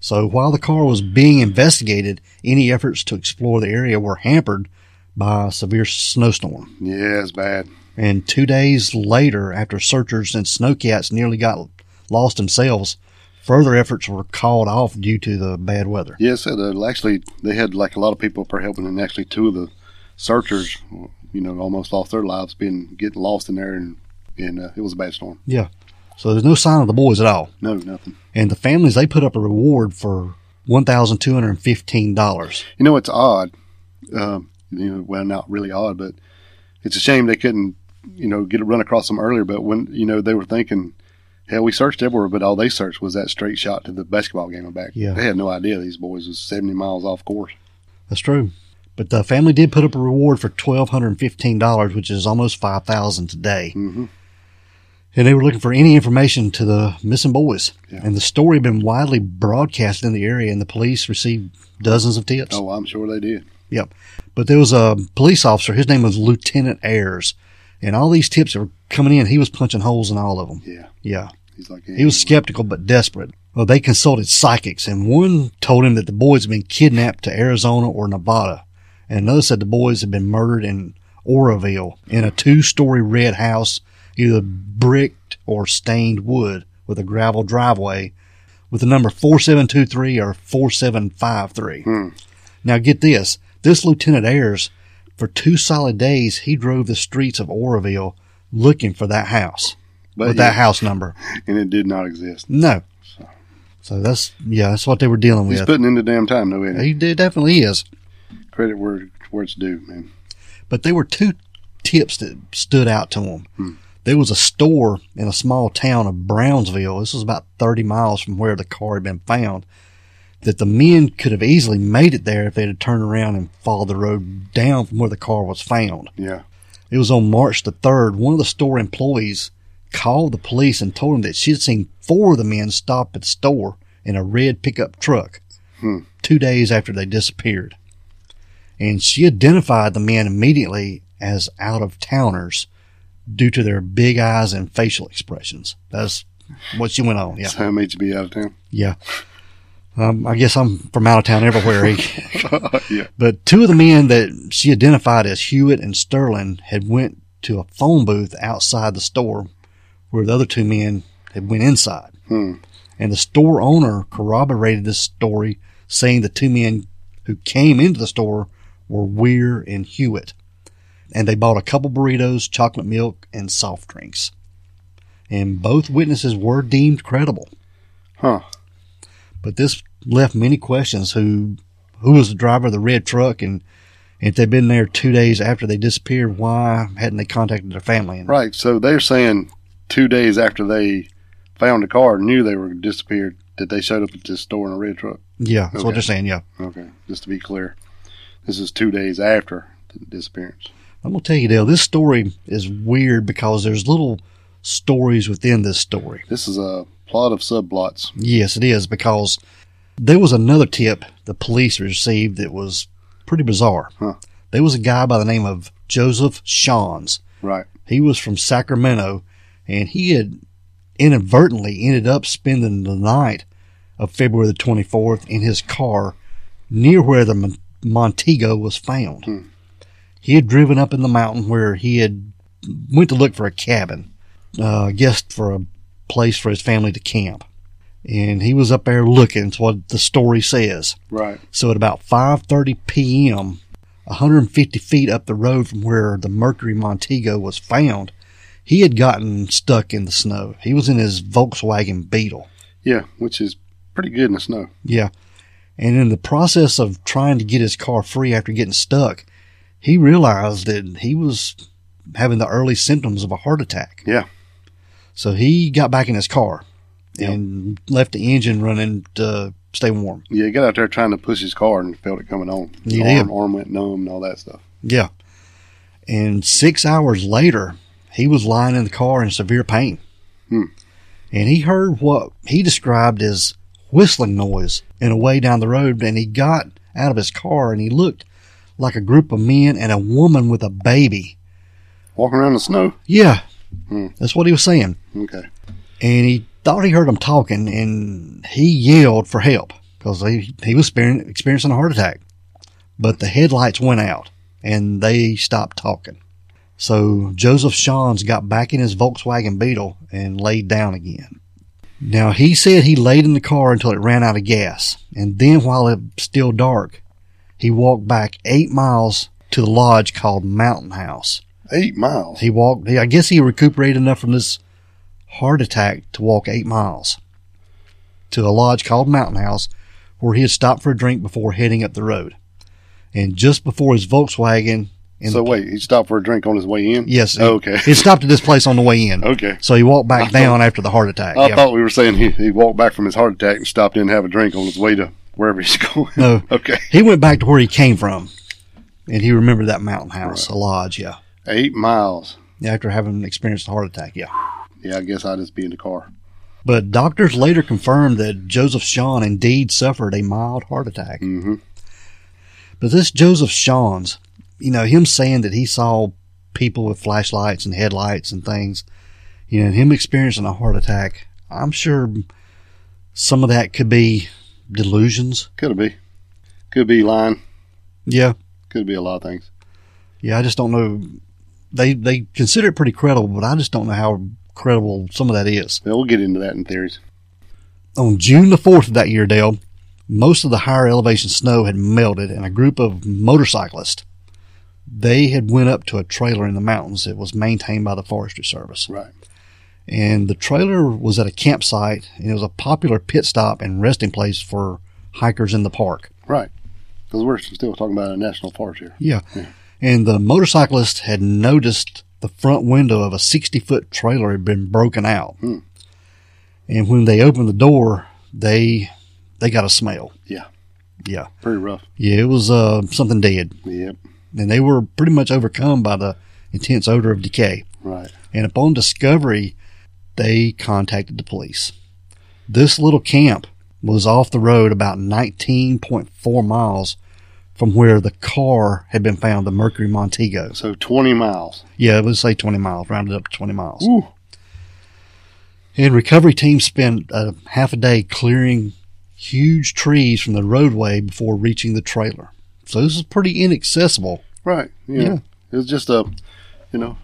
[SPEAKER 1] So while the car was being investigated, any efforts to explore the area were hampered by a severe snowstorm.
[SPEAKER 2] Yeah, it's bad.
[SPEAKER 1] And two days later, after searchers and snowcats nearly got lost themselves, further efforts were called off due to the bad weather.
[SPEAKER 2] Yes, yeah, so the- actually, they had like a lot of people up there helping, and actually, two of the searchers, you know, almost lost their lives being getting lost in there, and and uh, it was a bad storm.
[SPEAKER 1] Yeah. So there's no sign of the boys at all.
[SPEAKER 2] No, nothing.
[SPEAKER 1] And the families, they put up a reward for $1,215.
[SPEAKER 2] You know, it's odd. Um, you know, well, not really odd, but it's a shame they couldn't, you know, get a run across them earlier. But when you know they were thinking, hell, we searched everywhere, but all they searched was that straight shot to the basketball game and back.
[SPEAKER 1] Yeah.
[SPEAKER 2] they had no idea these boys was seventy miles off course.
[SPEAKER 1] That's true. But the family did put up a reward for twelve hundred and fifteen dollars, which is almost five thousand today. Mm-hmm. And they were looking for any information to the missing boys. And the story had been widely broadcast in the area, and the police received dozens of tips.
[SPEAKER 2] Oh, I'm sure they did.
[SPEAKER 1] Yep. But there was a police officer. His name was Lieutenant Ayers, and all these tips that were coming in, he was punching holes in all of them.
[SPEAKER 2] Yeah,
[SPEAKER 1] Yeah.
[SPEAKER 2] he's like
[SPEAKER 1] He was skeptical but desperate. Well, they consulted psychics, and one told him that the boys had been kidnapped to Arizona or Nevada, and another said the boys had been murdered in Oroville in a two-story red house, either bricked or stained wood, with a gravel driveway, with the number four seven two three or four seven five three. Now get this: this Lieutenant Ayers, for two solid days, he drove the streets of Oroville looking for that house
[SPEAKER 2] but
[SPEAKER 1] with
[SPEAKER 2] yeah,
[SPEAKER 1] that house number.
[SPEAKER 2] and it did not exist.
[SPEAKER 1] No. So that's yeah, that's what they were dealing
[SPEAKER 2] He's
[SPEAKER 1] with.
[SPEAKER 2] putting in the damn time, no end.
[SPEAKER 1] he did, definitely is.
[SPEAKER 2] Credit where where it's due, man.
[SPEAKER 1] But there were two tips that stood out to him. There was a store in a small town of Brownsville. This was about thirty miles from where the car had been found. That the men could have easily made it there if they had turned around and followed the road down from where the car was found.
[SPEAKER 2] Yeah,
[SPEAKER 1] It was on March the 3rd. One of the store employees called the police and told them that she had seen four of the men stop at the store in a red pickup truck two days after they disappeared. And she identified the men immediately as out of towners due to their big eyes and facial expressions. That's what she went on. Yeah.
[SPEAKER 2] so it made you be out of town.
[SPEAKER 1] Yeah. Um, I guess I'm from out of town everywhere. eh?
[SPEAKER 2] yeah,
[SPEAKER 1] But two of the men that she identified as Hewitt and Sterling had went to a phone booth outside the store where the other two men had went inside. And the store owner corroborated this story, saying the two men who came into the store were Weir and Hewitt. And they bought a couple burritos, chocolate milk, and soft drinks. And both witnesses were deemed credible.
[SPEAKER 2] huh?
[SPEAKER 1] But this left many questions: who who was the driver of the red truck, and if they'd been there two days after they disappeared, why hadn't they contacted their family? And
[SPEAKER 2] Right. So they're saying two days after they found the car, knew they were disappeared, that they showed up at this store in a red truck.
[SPEAKER 1] Yeah, that's what
[SPEAKER 2] Okay.
[SPEAKER 1] they're saying. Yeah,
[SPEAKER 2] Okay. Just to be clear, this is two days after the disappearance.
[SPEAKER 1] I'm going to tell you, Dale, this story is weird because there's little stories within this story.
[SPEAKER 2] This is a plot of subplots.
[SPEAKER 1] Yes, it is because there was another tip the police received that was pretty bizarre.
[SPEAKER 2] Huh.
[SPEAKER 1] There was a guy by the name of Joseph Shawns.
[SPEAKER 2] Right.
[SPEAKER 1] He was from Sacramento, and he had inadvertently ended up spending the night of February the 24th in his car near where the Mon- Montego was found. He had driven up in the mountain where he had went to look for a cabin, uh, I guess for a place for his family to camp. And he was up there looking. It's what the story says.
[SPEAKER 2] Right.
[SPEAKER 1] So at about 5:30 p.m., 150 feet up the road from where the Mercury Montego was found, he had gotten stuck in the snow. He was in his Volkswagen Beetle.
[SPEAKER 2] Yeah, which is pretty good in the snow.
[SPEAKER 1] Yeah. And in the process of trying to get his car free after getting stuck, he realized that he was having the early symptoms of a heart attack.
[SPEAKER 2] Yeah.
[SPEAKER 1] So he got back in his car
[SPEAKER 2] Yep.
[SPEAKER 1] and left the engine running to stay warm.
[SPEAKER 2] Yeah, he got out there trying to push his car and felt it coming on. His
[SPEAKER 1] He
[SPEAKER 2] arm,
[SPEAKER 1] did.
[SPEAKER 2] arm went numb and all that stuff.
[SPEAKER 1] Yeah. And six hours later, he was lying in the car in severe pain.
[SPEAKER 2] Hmm.
[SPEAKER 1] And he heard what he described as whistling noise in a way down the road. And he got out of his car and he looked like a group of men and a woman with a baby.
[SPEAKER 2] Walking around in the snow?
[SPEAKER 1] Yeah.
[SPEAKER 2] Hmm.
[SPEAKER 1] That's what he was saying.
[SPEAKER 2] Okay.
[SPEAKER 1] And he thought he heard them talking and he yelled for help because he, he was experien- experiencing a heart attack. But the headlights went out and they stopped talking. So Joseph Shawns got back in his Volkswagen Beetle and laid down again. Now he said he laid in the car until it ran out of gas. And then while it was still dark, he walked back eight miles to the lodge called Mountain House.
[SPEAKER 2] Eight miles.
[SPEAKER 1] He walked. He, I guess he recuperated enough from this heart attack to walk eight miles to a lodge called Mountain House, where he had stopped for a drink before heading up the road. And just before his Volkswagen, and
[SPEAKER 2] So wait, he stopped for a drink on his way in?
[SPEAKER 1] yes, he-
[SPEAKER 2] Okay.
[SPEAKER 1] he stopped at this place on the way in.
[SPEAKER 2] Okay.
[SPEAKER 1] So he walked back
[SPEAKER 2] I
[SPEAKER 1] down after the heart attack.
[SPEAKER 2] I
[SPEAKER 1] Yeah.
[SPEAKER 2] thought we were saying he, he walked back from his heart attack and stopped in and have a drink on his way to wherever he's going.
[SPEAKER 1] No.
[SPEAKER 2] okay.
[SPEAKER 1] he went back to where he came from, and he remembered that Mountain House, a lodge. Yeah,
[SPEAKER 2] Eight miles.
[SPEAKER 1] after having experienced a heart attack. Yeah.
[SPEAKER 2] Yeah, I guess I'd just be in the car.
[SPEAKER 1] But doctors later confirmed that Joseph Shawn indeed suffered a mild heart attack.
[SPEAKER 2] Mm-hmm.
[SPEAKER 1] But this Joseph Shawn's, you know, him saying that he saw people with flashlights and headlights and things, you know, and him experiencing a heart attack, I'm sure some of that could be delusions.
[SPEAKER 2] Could be. Could be lying.
[SPEAKER 1] Yeah.
[SPEAKER 2] Could be a lot of things.
[SPEAKER 1] Yeah. I just don't know. They, they consider it pretty credible, but I just don't know how credible some of that is.
[SPEAKER 2] Yeah, we'll get into that in theories.
[SPEAKER 1] On June the 4th of that year, Dale, most of the higher elevation snow had melted and a group of motorcyclists, they had went up to a trailer in the mountains that was maintained by the Forestry Service.
[SPEAKER 2] Right.
[SPEAKER 1] And the trailer was at a campsite and it was a popular pit stop and resting place for hikers in the park.
[SPEAKER 2] Right. Because we're still talking about a national forest here.
[SPEAKER 1] Yeah. And the motorcyclist had noticed the front window of a 60 foot trailer had been broken out.
[SPEAKER 2] Hmm.
[SPEAKER 1] And when they opened the door, they they got a smell.
[SPEAKER 2] Yeah.
[SPEAKER 1] Yeah.
[SPEAKER 2] Pretty rough.
[SPEAKER 1] Yeah, it was uh, something dead,
[SPEAKER 2] Yep.
[SPEAKER 1] and they were pretty much overcome by the intense odor of decay.
[SPEAKER 2] Right.
[SPEAKER 1] And upon discovery, they contacted the police. This little camp was off the road about 19.4 miles from where the car had been found, the Mercury Montego.
[SPEAKER 2] So 20 miles.
[SPEAKER 1] Yeah, let's say 20 miles, rounded up to 20 miles.
[SPEAKER 2] Woo.
[SPEAKER 1] And recovery teams spent uh, half a day clearing huge trees from the roadway before reaching the trailer. So this is pretty inaccessible.
[SPEAKER 2] Right. Yeah.
[SPEAKER 1] Yeah.
[SPEAKER 2] It was just a, you know,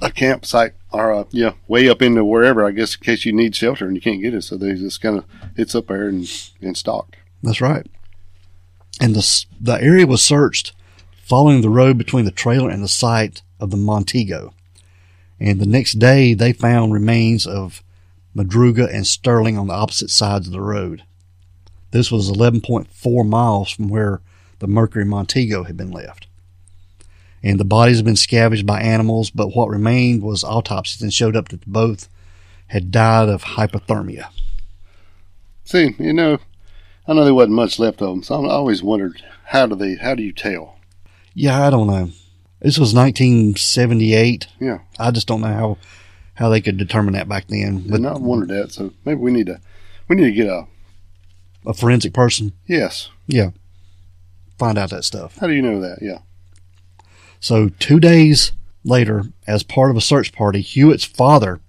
[SPEAKER 2] a campsite or a, yeah, way up into wherever, I guess, in case you need shelter and you can't get it. So they just kind of, it's up there and, and stocked.
[SPEAKER 1] That's right. And the s- the area was searched, following the road between the trailer and the site of the Montego. And the next day, they found remains of Madruga and Sterling on the opposite sides of the road. This was 11.4 miles from where the Mercury Montego had been left. And the bodies had been scavenged by animals, but what remained was autopsies and showed up that both had died of hypothermia.
[SPEAKER 2] See, you know, I know there wasn't much left of them. So I always wondered, how do they, how do you tell?
[SPEAKER 1] Yeah, I don't know. This was 1978.
[SPEAKER 2] Yeah,
[SPEAKER 1] I just don't know how how they could determine that back then.
[SPEAKER 2] but
[SPEAKER 1] But
[SPEAKER 2] not wondered that. So maybe we need to we need to get a
[SPEAKER 1] a forensic person,
[SPEAKER 2] yes.
[SPEAKER 1] yeah, find out that stuff.
[SPEAKER 2] How do you know that? Yeah,
[SPEAKER 1] So two days later, as part of a search party, Hewitt's father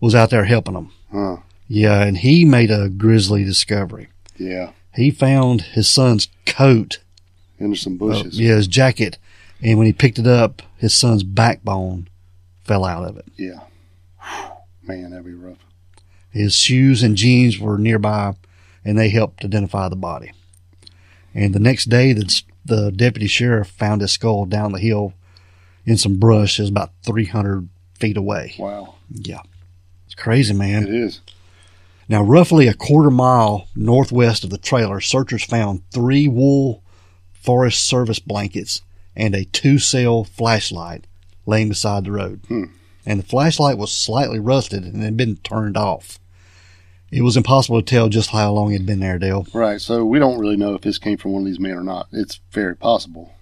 [SPEAKER 1] was out there helping them.
[SPEAKER 2] huh?
[SPEAKER 1] Yeah, and he made a grisly discovery.
[SPEAKER 2] Yeah,
[SPEAKER 1] He found his son's coat,
[SPEAKER 2] under some
[SPEAKER 1] uh,
[SPEAKER 2] bushes.
[SPEAKER 1] yeah, his jacket, and when he picked it up, his son's backbone fell out of it.
[SPEAKER 2] yeah. Man, that'd be rough.
[SPEAKER 1] His shoes and jeans were nearby, and they helped identify the body. And the next day, the, the deputy sheriff found his skull down the hill in some brush. It was about 300 feet away.
[SPEAKER 2] Wow,
[SPEAKER 1] Yeah. It's crazy,
[SPEAKER 2] it
[SPEAKER 1] man.
[SPEAKER 2] is.
[SPEAKER 1] Now, roughly a quarter mile northwest of the trailer, searchers found three wool Forest Service blankets and a two cell flashlight laying beside the road.
[SPEAKER 2] Hmm.
[SPEAKER 1] And the flashlight was slightly rusted and had been turned off. It was impossible to tell just how long it had been there, Dale.
[SPEAKER 2] Right. So we don't really know if this came from one of these men or not. It's very possible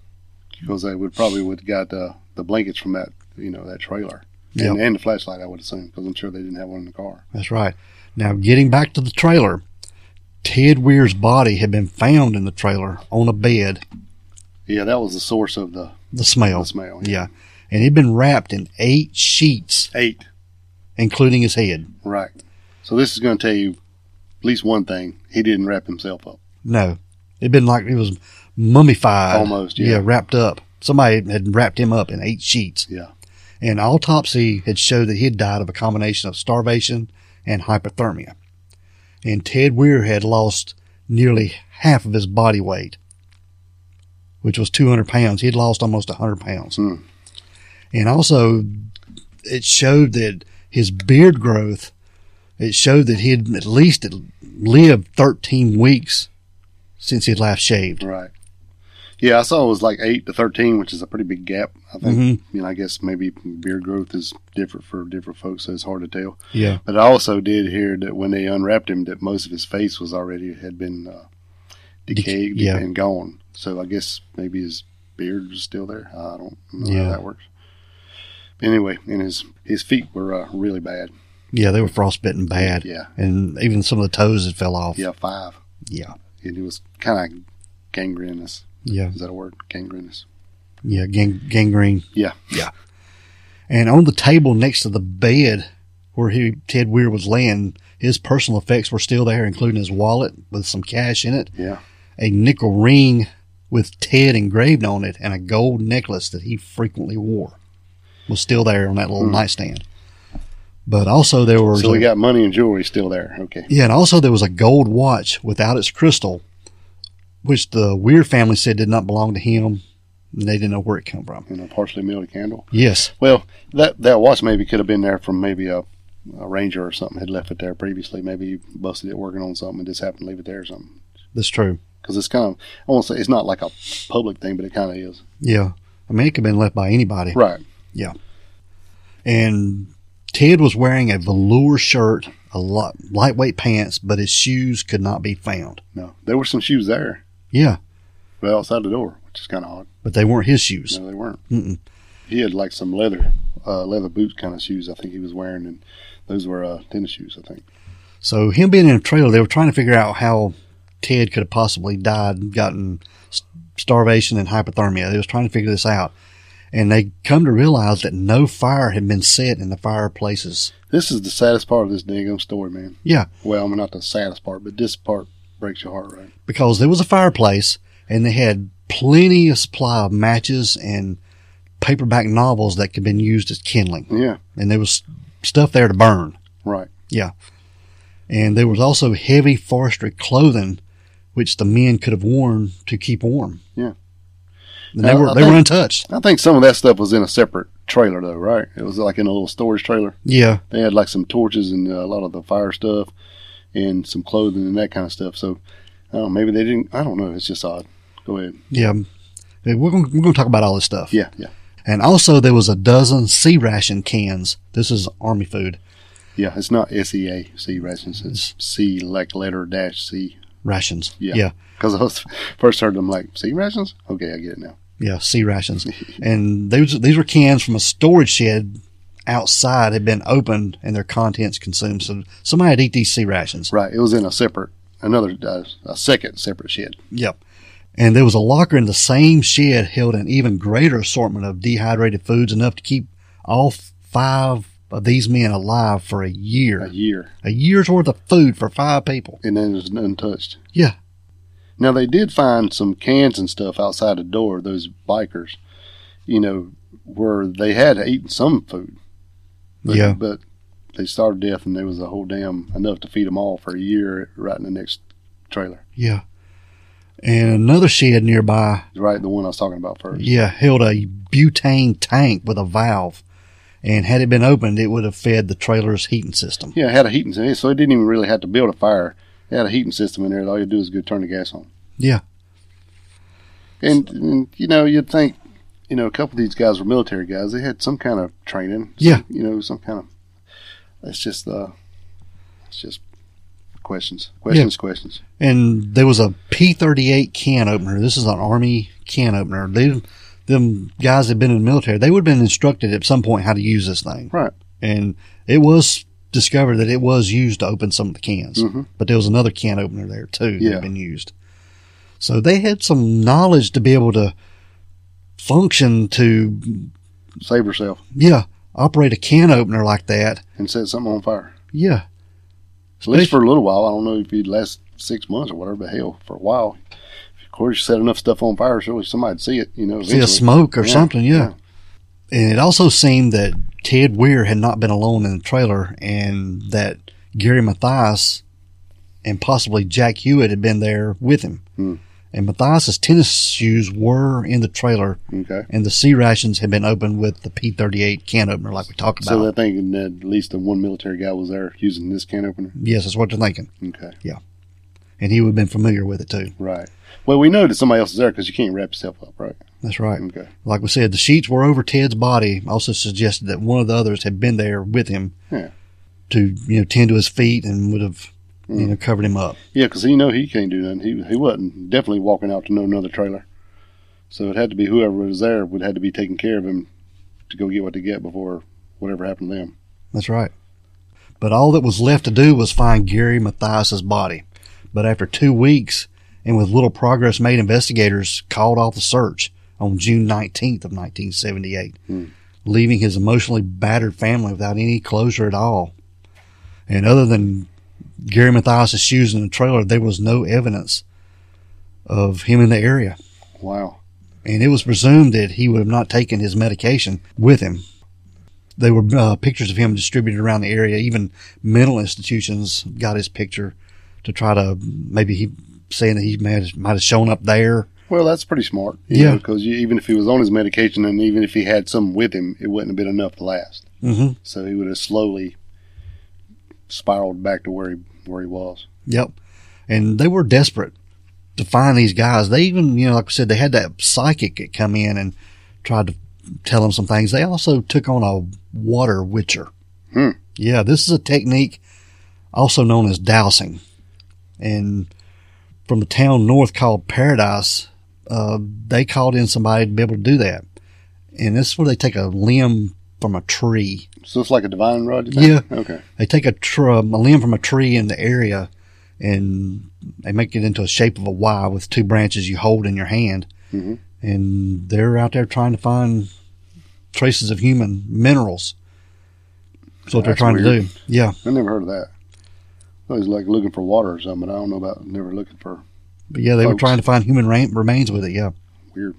[SPEAKER 2] because they would probably would have got uh, the blankets from that you know that trailer and, and the flashlight. I would assume because I'm sure they didn't have one in the car.
[SPEAKER 1] That's right. Now, getting back to the trailer, Ted Weir's body had been found in the trailer on a bed,
[SPEAKER 2] Yeah, that was the source of the
[SPEAKER 1] the smell.
[SPEAKER 2] The smell, yeah.
[SPEAKER 1] Yeah. And he'd been wrapped in eight sheets,
[SPEAKER 2] eight.
[SPEAKER 1] including his head.
[SPEAKER 2] Right. So this is going to tell you at least one thing. He didn't wrap himself up.
[SPEAKER 1] No, it'd been like it was mummified,
[SPEAKER 2] Almost, yeah.
[SPEAKER 1] wrapped up. Somebody had wrapped him up in eight sheets.
[SPEAKER 2] Yeah.
[SPEAKER 1] An autopsy had showed that he had died of a combination of starvation and hypothermia. And Ted Weir had lost nearly half of his body weight, which was 200 pounds. He had lost almost 100 pounds.
[SPEAKER 2] Hmm.
[SPEAKER 1] And also, it showed that his beard growth, it showed that he had at least lived 13 weeks since he'd last shaved.
[SPEAKER 2] Right. Yeah, I saw it was like eight to thirteen, which is a pretty big gap. I think.
[SPEAKER 1] Mhm.
[SPEAKER 2] You know, I guess maybe beard growth is different for different folks, so it's hard to tell.
[SPEAKER 1] Yeah.
[SPEAKER 2] But I also did hear that when they unwrapped him, that most of his face was already had been uh, decayed
[SPEAKER 1] yeah.
[SPEAKER 2] and gone. So I guess maybe his beard was still there. I don't know
[SPEAKER 1] Yeah.
[SPEAKER 2] how that works. But anyway, and his his feet were uh, really bad.
[SPEAKER 1] Yeah, they were frostbitten bad.
[SPEAKER 2] Yeah.
[SPEAKER 1] And even some of the toes had fell off.
[SPEAKER 2] Yeah, five,
[SPEAKER 1] Yeah.
[SPEAKER 2] and it was kind of gangrenous.
[SPEAKER 1] Yeah.
[SPEAKER 2] Is that a word? Gangrenous.
[SPEAKER 1] Yeah, gang- gangrene.
[SPEAKER 2] Yeah.
[SPEAKER 1] Yeah. And on the table next to the bed where he Ted Weir was laying, his personal effects were still there, including his wallet with some cash in it,
[SPEAKER 2] Yeah.
[SPEAKER 1] a nickel ring with Ted engraved on it, and a gold necklace that he frequently wore was still there on that little nightstand. But also there was
[SPEAKER 2] Hmm. So we
[SPEAKER 1] a-
[SPEAKER 2] got money and jewelry still there. Okay.
[SPEAKER 1] yeah, and also there was a gold watch without its crystal, which the Weir family said did not belong to him, and they didn't know where it came from.
[SPEAKER 2] And a partially milled candle.
[SPEAKER 1] Yes,
[SPEAKER 2] Well, that that watch maybe could have been there from maybe a, a ranger or something had left it there previously. Maybe he busted it working on something and just happened to leave it there or something.
[SPEAKER 1] that's true.
[SPEAKER 2] Because it's kind of, I won't say it's not like a public thing, but it kind of is.
[SPEAKER 1] Yeah. I mean, it could have been left by anybody.
[SPEAKER 2] Right.
[SPEAKER 1] And Ted was wearing a velour shirt, a lot, lightweight pants, but his shoes could not be found.
[SPEAKER 2] No, there were some shoes there,
[SPEAKER 1] Yeah,
[SPEAKER 2] but outside the door, which is kind of odd.
[SPEAKER 1] but they weren't his shoes.
[SPEAKER 2] No, they weren't.
[SPEAKER 1] Mm-mm.
[SPEAKER 2] He had like some leather, uh, leather boot kind of shoes. I think he was wearing, and those were uh, tennis shoes. I think.
[SPEAKER 1] So, him being in a trailer, they were trying to figure out how Ted could have possibly died and gotten s- starvation and hypothermia. They was trying to figure this out. And they come to realize that no fire had been set in the fireplaces.
[SPEAKER 2] This is the saddest part of this daggone story, man.
[SPEAKER 1] Yeah,
[SPEAKER 2] Well, I mean, not the saddest part, but this part breaks your heart, right?
[SPEAKER 1] because there was a fireplace and they had plenty of supply of matches and paperback novels that could have been used as kindling.
[SPEAKER 2] Yeah,
[SPEAKER 1] And there was stuff there to burn.
[SPEAKER 2] right.
[SPEAKER 1] Yeah. And there was also heavy forestry clothing, which the men could have worn to keep warm.
[SPEAKER 2] Yeah.
[SPEAKER 1] And they
[SPEAKER 2] Now,
[SPEAKER 1] were
[SPEAKER 2] I
[SPEAKER 1] they were
[SPEAKER 2] think-
[SPEAKER 1] untouched.
[SPEAKER 2] I think some of that stuff was in a separate trailer, though, right? It was like in a little storage trailer.
[SPEAKER 1] Yeah.
[SPEAKER 2] They had like some torches and uh, a lot of the fire stuff and some clothing and that kind of stuff. So, I don't know, maybe they didn't. I don't know. It's just odd. Go ahead.
[SPEAKER 1] Yeah. Hey, We're going, we're going to talk about all this stuff.
[SPEAKER 2] Yeah, yeah.
[SPEAKER 1] And also, there was a dozen sea ration cans. This is army food
[SPEAKER 2] Yeah, it's not S E A C rations. It's C like letter dash C.
[SPEAKER 1] rations.
[SPEAKER 2] Yeah.
[SPEAKER 1] yeah.
[SPEAKER 2] Because I was, first heard them like C rations. Okay, I get it now.
[SPEAKER 1] Yeah, sea rations. and these these were cans from a storage shed outside had been opened and their contents consumed. So somebody had eat these sea rations.
[SPEAKER 2] Right. It was in a separate, another, uh, a second separate shed.
[SPEAKER 1] Yep. And there was a locker in the same shed held an even greater assortment of dehydrated foods, enough to keep all five of these men alive for a year.
[SPEAKER 2] A year.
[SPEAKER 1] A year's worth of food for five people.
[SPEAKER 2] And then it was untouched.
[SPEAKER 1] Yeah.
[SPEAKER 2] Now they did find some cans and stuff outside the door. Those bikers, you know, where they had eaten some food. But,
[SPEAKER 1] Yeah.
[SPEAKER 2] But they starved to death, and there was a whole damn enough to feed them all for a year, right in the next trailer.
[SPEAKER 1] Yeah. And another shed nearby
[SPEAKER 2] Right, the one I was talking about first.
[SPEAKER 1] Yeah, held a butane tank with a valve, and had it been opened, it would have fed the trailer's heating system.
[SPEAKER 2] Yeah, it had a heating system, so it didn't even really have to build a fire. It had a heating system in there. All you do is go turn the gas on.
[SPEAKER 1] Yeah,
[SPEAKER 2] And, and you know, you'd think, you know, a couple of these guys were military guys. They had some kind of training.
[SPEAKER 1] Yeah.
[SPEAKER 2] You know, some kind of. It's just, uh, it's just questions, questions, questions.
[SPEAKER 1] and there was a P thirty eight can opener. This is an Army can opener. They, them guys had been in the military. They would have been instructed at some point how to use this thing,
[SPEAKER 2] Right.
[SPEAKER 1] and it was discovered that it was used to open some of the cans.
[SPEAKER 2] Mhm.
[SPEAKER 1] But there was another can opener there too that
[SPEAKER 2] Yeah.
[SPEAKER 1] had been used. So they had some knowledge to be able to function to
[SPEAKER 2] Save yourself
[SPEAKER 1] Yeah, operate a can opener like that.
[SPEAKER 2] and set something on fire.
[SPEAKER 1] Yeah,
[SPEAKER 2] At least for a little while. I don't know if you'd last six months or whatever, but hell, for a while. Of course, you set enough stuff on fire, surely somebody'd see it, you know.
[SPEAKER 1] see a
[SPEAKER 2] eventually.
[SPEAKER 1] smoke or
[SPEAKER 2] Yeah,
[SPEAKER 1] something. Yeah. and it also seemed that Ted Weir had not been alone in the trailer, and that Gary Mathias and possibly Jack Hewitt had been there with him.
[SPEAKER 2] Hmm.
[SPEAKER 1] And Mathias's tennis shoes were in the trailer,
[SPEAKER 2] Okay.
[SPEAKER 1] and the sea rations had been opened with the P thirty eight can opener, like we talked about.
[SPEAKER 2] So they're thinking that at least the one military guy was there using this can opener.
[SPEAKER 1] yes, that's what they're thinking,
[SPEAKER 2] Okay.
[SPEAKER 1] and he would have been familiar with it too.
[SPEAKER 2] Right. Well, we know that somebody else is there because you can't wrap yourself up, right?
[SPEAKER 1] That's right.
[SPEAKER 2] Okay.
[SPEAKER 1] Like we said, the sheets were over Ted's body. Also suggested that one of the others had been there with him
[SPEAKER 2] Yeah.
[SPEAKER 1] to you know tend to his feet and would have you know covered him up.
[SPEAKER 2] Yeah, because he know he can't do nothing. He he wasn't definitely walking out to no another trailer. So it had to be whoever was there would had to be taking care of him to go get what they get before whatever happened to them.
[SPEAKER 1] That's right. But all that was left to do was find Gary Mathias's body. But after two weeks and with little progress made, investigators called off the search on June 19th of 1978, leaving his emotionally battered family without any closure at all. And other than Gary Mathias's shoes in the trailer, there was no evidence of him in the area.
[SPEAKER 2] Wow.
[SPEAKER 1] And it was presumed that he would have not taken his medication with him. There were uh, pictures of him distributed around the area. Even mental institutions got his picture to try to maybe he saying that he might have, might have shown up there.
[SPEAKER 2] Well, that's pretty smart.
[SPEAKER 1] Yeah.
[SPEAKER 2] Because even if he was on his medication and even if he had some with him, it wouldn't have been enough to last.
[SPEAKER 1] Mm-hmm.
[SPEAKER 2] So he would have slowly spiraled back to where he where he was.
[SPEAKER 1] Yep. And they were desperate to find these guys. They even, you know, like I said, they had that psychic that come in and tried to tell them some things. They also took on a water witcher.
[SPEAKER 2] Hmm.
[SPEAKER 1] Yeah, this is a technique also known as dousing. And from the town north called Paradise, uh, they called in somebody to be able to do that. And this is where they take a limb from a tree
[SPEAKER 2] So it's like a divine rod. you think? Okay.
[SPEAKER 1] they take a, tr- um, a limb from a tree in the area and they make it into a shape of a Y with two branches you hold in your hand.
[SPEAKER 2] Mhm.
[SPEAKER 1] And they're out there trying to find traces of human minerals. That's what they're
[SPEAKER 2] That's
[SPEAKER 1] trying to
[SPEAKER 2] weird.
[SPEAKER 1] do. Yeah.
[SPEAKER 2] I never heard of that. I was like looking for water or something, but I don't know about never looking for.
[SPEAKER 1] But yeah, they were
[SPEAKER 2] Folks.
[SPEAKER 1] trying to find human ra- remains with it. Yeah.
[SPEAKER 2] Weird.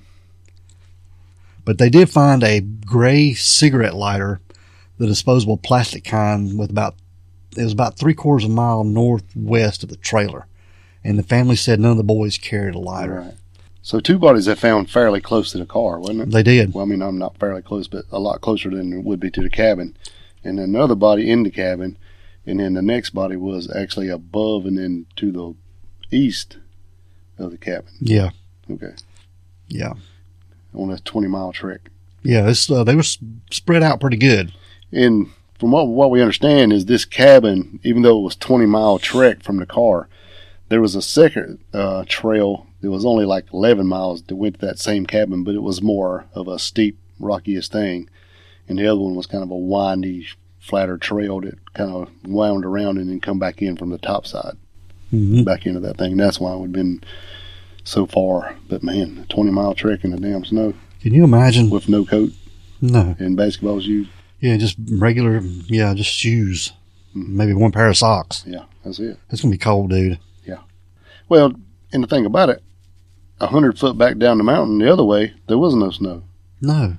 [SPEAKER 1] But they did find a gray cigarette lighter, the disposable plastic kind, with about it was about three quarters of a mile northwest of the trailer. And the family said none of the boys carried a lighter.
[SPEAKER 2] Right. So two bodies they found fairly close to the car, wasn't it?
[SPEAKER 1] They did.
[SPEAKER 2] Well, I mean, I'm not fairly close, but a lot closer than it would be to the cabin. And then another body in the cabin, and then the next body was actually above and then to the east of the cabin.
[SPEAKER 1] Yeah,
[SPEAKER 2] Okay.
[SPEAKER 1] yeah,
[SPEAKER 2] On a 20 mile trek.
[SPEAKER 1] yeah. It's, uh, they were s- spread out pretty good.
[SPEAKER 2] And from what what we understand is this cabin, even though it was 20 mile trek from the car, there was a second uh, trail It was only like 11 miles that went to that same cabin, but it was more of a steep, rockiest thing. And the other one was kind of a windy, flatter trail that kind of wound around and then come back in from the top side,
[SPEAKER 1] Mhm.
[SPEAKER 2] back into that thing. That's why it would have been so far. But man, a 20 mile trek in the damn snow
[SPEAKER 1] Can you imagine?
[SPEAKER 2] with no coat
[SPEAKER 1] No.
[SPEAKER 2] and basketball shoes.
[SPEAKER 1] Yeah, just regular, yeah, just shoes.
[SPEAKER 2] Mm-hmm.
[SPEAKER 1] Maybe one pair of socks.
[SPEAKER 2] Yeah, that's it.
[SPEAKER 1] It's going to be cold, dude.
[SPEAKER 2] Well, and the thing about it, a hundred foot back down the mountain the other way, there was no snow.
[SPEAKER 1] No.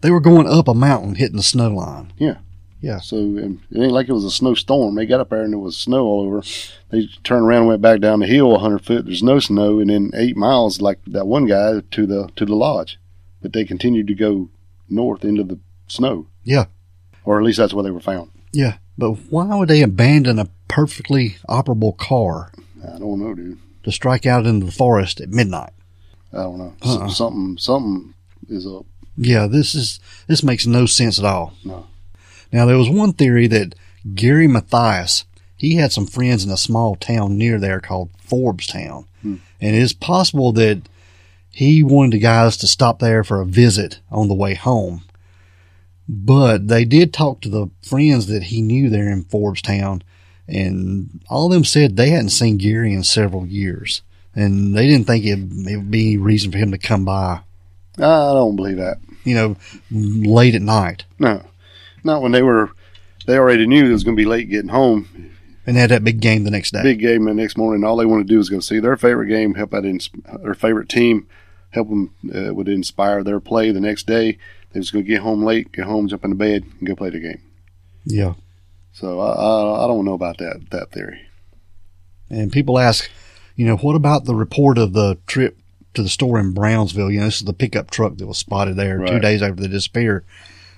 [SPEAKER 1] They were going up a mountain hitting the snow line.
[SPEAKER 2] Yeah.
[SPEAKER 1] Yeah.
[SPEAKER 2] So um, it ain't like it was a snowstorm. They got up there and there was snow all over. They turned around, and went back down the hill a hundred foot. There's no snow, and then eight miles, like that one guy to the to the lodge, but they continued to go north into the snow.
[SPEAKER 1] Yeah.
[SPEAKER 2] Or at least that's where they were found.
[SPEAKER 1] Yeah. But why would they abandon a perfectly operable car
[SPEAKER 2] I don't know, dude.
[SPEAKER 1] to strike out into the forest at midnight?
[SPEAKER 2] I don't know. S-
[SPEAKER 1] Uh-uh.
[SPEAKER 2] something something is up.
[SPEAKER 1] Yeah, this is this makes no sense at all.
[SPEAKER 2] No.
[SPEAKER 1] Now there was one theory that Gary Mathias he had some friends in a small town near there called Forbestown, and it is possible that he wanted the guys to stop there for a visit on the way home. But they did talk to the friends that he knew there in Forbestown, and all of them said they hadn't seen Gary in several years, and they didn't think it it would be any reason for him to come by,
[SPEAKER 2] I don't believe that.
[SPEAKER 1] you know, late at night.
[SPEAKER 2] No, not when they were. They already knew it was going to be late getting home.
[SPEAKER 1] and had that big game the next day.
[SPEAKER 2] Big game the next morning. All they want to do is go see their favorite game, help out in, their favorite team, help them uh, would inspire their play the next day. They was going to get home late, get home, jump into bed, and go play the game.
[SPEAKER 1] Yeah.
[SPEAKER 2] So I, I, I don't know about that that theory.
[SPEAKER 1] And people ask, you know, what about the report of the trip to the store in Brownsville? You know, this is the pickup truck that was spotted there two
[SPEAKER 2] Right.
[SPEAKER 1] days after the disappear.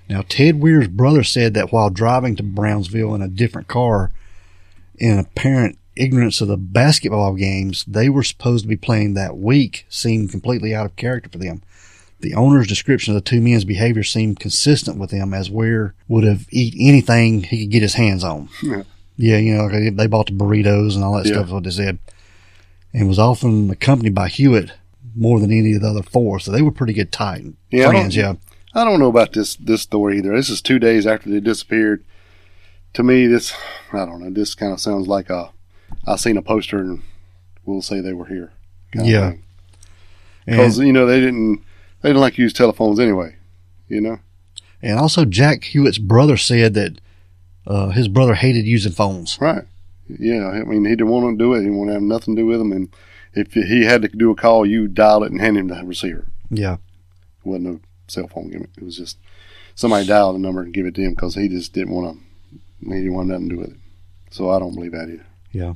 [SPEAKER 1] Now, Ted Weir's brother said that while driving to Brownsville in a different car, in apparent ignorance of the basketball games they were supposed to be playing that week seemed completely out of character for them. The owner's description of the two men's behavior seemed consistent with them, as Weir would have eat anything he could get his hands on.
[SPEAKER 2] Yeah.
[SPEAKER 1] Yeah, you know, they- they bought the burritos and all that stuff, is what they said, and was often accompanied by Hewitt more than any of the other four. So they were pretty good tight
[SPEAKER 2] Yeah, I
[SPEAKER 1] friends. Yeah,
[SPEAKER 2] don't- I don't know about this this story either. This is two days after they disappeared. To me, this I don't know. This kind of sounds like a I seen a poster and we'll say they were here. kind of
[SPEAKER 1] Yeah.
[SPEAKER 2] thing. because
[SPEAKER 1] and,
[SPEAKER 2] you know they didn't they didn't like to use telephones anyway. You know,
[SPEAKER 1] and also Jack Hewitt's brother said that uh, his brother hated using phones.
[SPEAKER 2] right? Yeah, I mean he didn't want to do it. He didn't want to have nothing to do with them. And if he had to do a call, you dial it and hand him the receiver.
[SPEAKER 1] Yeah,
[SPEAKER 2] It wasn't no cell phone gimmick. It was just somebody dialed the number and give it to him because he just didn't want to. He didn't want nothing to do with it. So I don't believe that either.
[SPEAKER 1] yeah.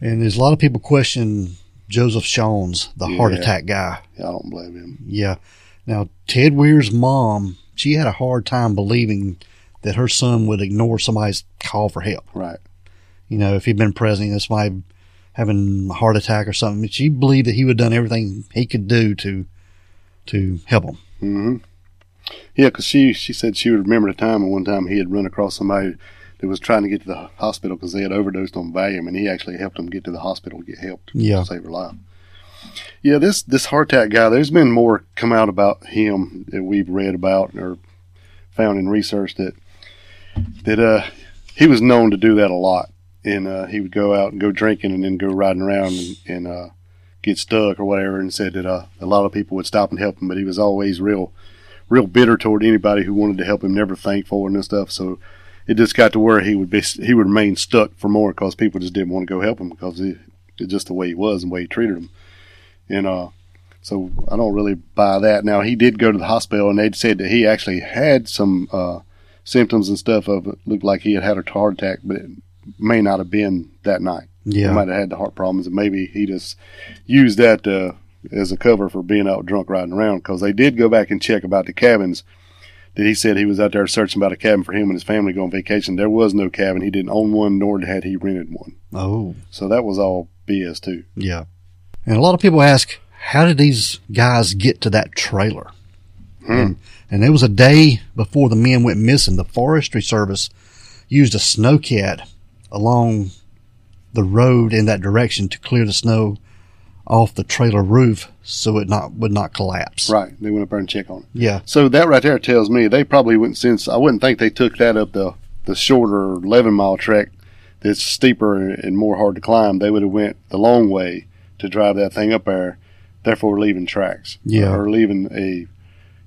[SPEAKER 1] And there's a lot of people question Joseph Shawns, the heart
[SPEAKER 2] Yeah.
[SPEAKER 1] attack guy.
[SPEAKER 2] I don't blame him.
[SPEAKER 1] Yeah. Now, Ted Weir's mom, she had a hard time believing that her son would ignore somebody's call for help.
[SPEAKER 2] Right.
[SPEAKER 1] You know, if he'd been present, that's why having a heart attack or something. She believed that he would have done everything he could do to to help him.
[SPEAKER 2] hmm Yeah, because she she said she would remember the time and one time he had run across somebody that was trying to get to the hospital because they had overdosed on Valium, and he actually helped them get to the hospital to get help to
[SPEAKER 1] Yeah.
[SPEAKER 2] save her life. Yeah, this this Hartack guy. There's been more come out about him that we've read about or found in research that that uh he was known to do that a lot, and uh, he would go out and go drinking and then go riding around and, and uh, get stuck or whatever, and said that uh, a lot of people would stop and help him, but he was always real real bitter toward anybody who wanted to help him, never thankful and stuff. So it just got to where he would be he would remain stuck for more because people just didn't want to go help him because it, it's just the way he was and the way he treated him. And uh, so I don't really buy that. Now he did go to the hospital and they said that he actually had some uh, symptoms and stuff of it. Looked like he had had a heart attack, but it may not have been that night.
[SPEAKER 1] Yeah.
[SPEAKER 2] he might have had the heart problems, and maybe he just used that. Uh, as a cover for being out drunk riding around because they did go back and check about the cabins that he said he was out there searching about a cabin for him and his family to go on vacation. There was no cabin. He didn't own one, nor had he rented one.
[SPEAKER 1] Oh,
[SPEAKER 2] So that was all BS too.
[SPEAKER 1] yeah. And a lot of people ask, how did these guys get to that trailer? And, and it was a day before the men went missing. The Forestry Service used a snowcat along the road in that direction to clear the snow off the trailer roof so it not would not collapse.
[SPEAKER 2] Right. They went up there and check on it.
[SPEAKER 1] Yeah.
[SPEAKER 2] So that right there tells me they probably wouldn't since I wouldn't think they took that up the the shorter eleven mile track that's steeper and more hard to climb. They would have went the long way to drive that thing up there, therefore leaving tracks.
[SPEAKER 1] Yeah.
[SPEAKER 2] Or leaving a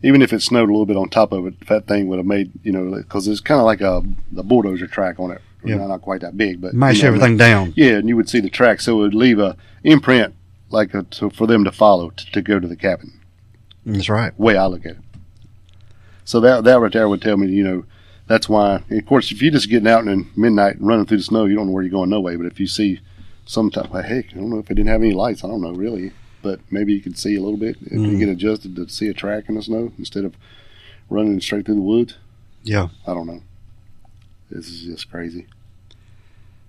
[SPEAKER 2] even if it snowed a little bit on top of it, that thing would have made you know because it's kind of like a the bulldozer track on it.
[SPEAKER 1] Yeah.
[SPEAKER 2] Not, not quite that big, but
[SPEAKER 1] Mash
[SPEAKER 2] you know,
[SPEAKER 1] everything down.
[SPEAKER 2] yeah, and you would see the track, so it would leave a imprint like a, to, for them to follow to, to go to the cabin.
[SPEAKER 1] That's right.
[SPEAKER 2] Way I look at it. So that that right there would tell me, you know, that's why. and Of course, if you're just getting out in midnight and running through the snow, you don't know where you're going no way. But if you see some type, like, heck, I don't know if it didn't have any lights. I don't know really, but maybe you could see a little bit if you get adjusted to see a track in the snow instead of running straight through the woods.
[SPEAKER 1] Yeah.
[SPEAKER 2] I don't know. This is just crazy.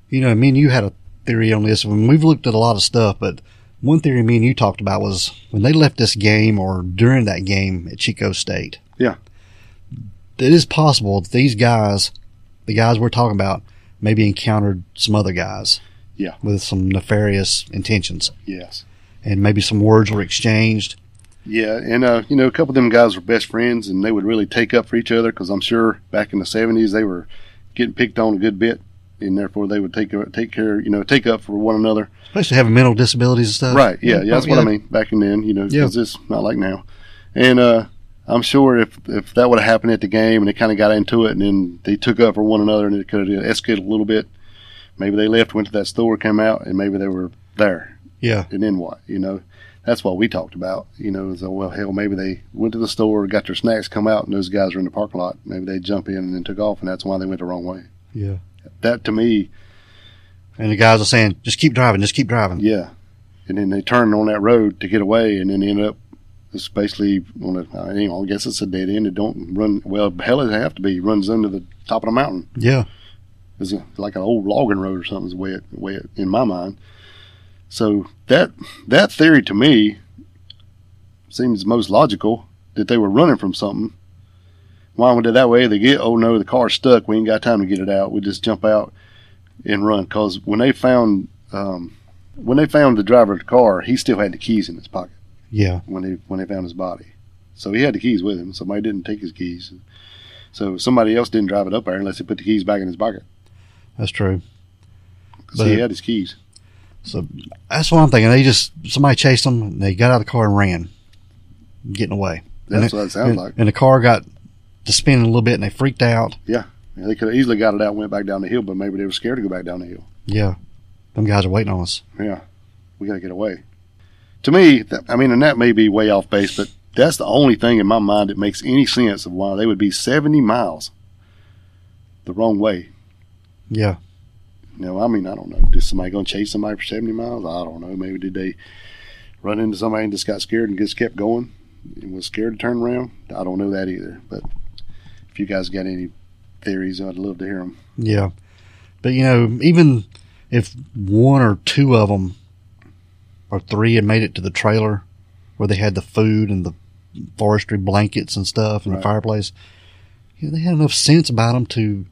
[SPEAKER 1] You know, me and you had a theory on this, and we've looked at a lot of stuff, but one theory me and you talked about was when they left this game or during that game at Chico State.
[SPEAKER 2] Yeah.
[SPEAKER 1] It is possible that these guys, the guys we're talking about, maybe encountered some other guys.
[SPEAKER 2] Yeah.
[SPEAKER 1] With some nefarious intentions,
[SPEAKER 2] Yes.
[SPEAKER 1] and maybe some words were exchanged.
[SPEAKER 2] Yeah, and uh, you know, a couple of them guys were best friends, and they would really take up for each other because I'm sure back in the '70s they were getting picked on a good bit, and therefore they would take take care, you know, take up for one another.
[SPEAKER 1] Especially having mental disabilities and stuff.
[SPEAKER 2] Right? Yeah, yeah, that's what I
[SPEAKER 1] Uh, Yeah.
[SPEAKER 2] mean. Back in then, you know,
[SPEAKER 1] Yeah.
[SPEAKER 2] because it's not like now. And uh, I'm sure if if that would have happened at the game, and they kind of got into it, and then they took up for one another, and it could have escalated a little bit. Maybe they left, went to that store, came out, and maybe they were there
[SPEAKER 1] Yeah.
[SPEAKER 2] and then what? You know, that's what we talked about. You know, so well, hell, maybe they went to the store, got their snacks, come out, and those guys were in the parking lot. Maybe they jump in and then took off, and that's why they went the wrong way.
[SPEAKER 1] Yeah.
[SPEAKER 2] That to me,
[SPEAKER 1] And the guys are saying, just keep driving, just keep driving.
[SPEAKER 2] yeah. And then they turned on that road to get away, and then ended up just basically on a. I, mean, I guess it's a dead end. It don't run well. Hell, it have to be runs under the top of the mountain.
[SPEAKER 1] Yeah.
[SPEAKER 2] It's a- like an old logging road or something. Is the way it, way it, in my mind. So that that theory to me seems most logical that they were running from something. Why would it that way? They get oh no, the car's stuck. We ain't got time to get it out. We just jump out and run. Cause when they found um, when they found the driver of the car, he still had the keys in his pocket
[SPEAKER 1] Yeah.
[SPEAKER 2] when they when they found his body. So he had the keys with him. Somebody didn't take his keys. So somebody else didn't drive it up there unless they put the keys back in his pocket.
[SPEAKER 1] That's true.
[SPEAKER 2] So he
[SPEAKER 1] But-
[SPEAKER 2] had his keys.
[SPEAKER 1] So that's what I'm thinking. They just, somebody chased them and they got out of the car and ran, getting away. And
[SPEAKER 2] That's
[SPEAKER 1] it-
[SPEAKER 2] what it sounds
[SPEAKER 1] and-
[SPEAKER 2] like.
[SPEAKER 1] And the car got to spinning a little bit and they freaked out.
[SPEAKER 2] Yeah, they could have easily got it out, and went back down the hill, but maybe they were scared to go back down the hill.
[SPEAKER 1] Yeah. Them guys are waiting on us.
[SPEAKER 2] Yeah, we got to get away. To me, that, I mean, and that may be way off base, but that's the only thing in my mind that makes any sense of why they would be 70 miles the wrong way.
[SPEAKER 1] Yeah.
[SPEAKER 2] You know, I mean, I don't know. Did somebody going to chase somebody for 70 miles? I don't know. Maybe did they run into somebody and just got scared and just kept going and was scared to turn around? I don't know that either. But if you guys got any theories, I'd love to hear them.
[SPEAKER 1] Yeah. But, you know, even if one or two of them or three had made it to the trailer where they had the food and the forestry blankets and stuff and the
[SPEAKER 2] Right.
[SPEAKER 1] fireplace, you know, they had enough sense about them to,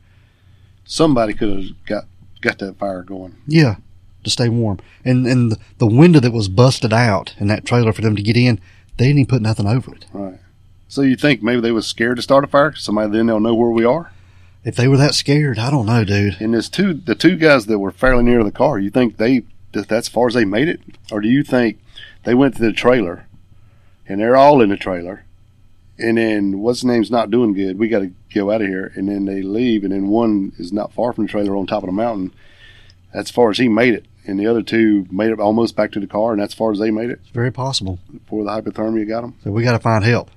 [SPEAKER 2] somebody could have got got that fire going.
[SPEAKER 1] yeah, to stay warm. And, and the window that was busted out in that trailer for them to get in, they didn't even put nothing over it.
[SPEAKER 2] Right. So you think maybe they was scared to start a fire? Somebody then they'll know where we are.
[SPEAKER 1] If they were that scared, I don't know, dude.
[SPEAKER 2] And there's two the two guys that were fairly near the car. You think they that that's as far as they made it, or do you think they went to the trailer and they're all in the trailer? And then what's the name's not doing good. We got to go out of here. And then they leave. And then one is not far from the trailer on top of the mountain. That's far as he made it. And the other two made it almost back to the car. And that's far as they made it
[SPEAKER 1] It's very possible.
[SPEAKER 2] before the hypothermia got them.
[SPEAKER 1] So we got to find help.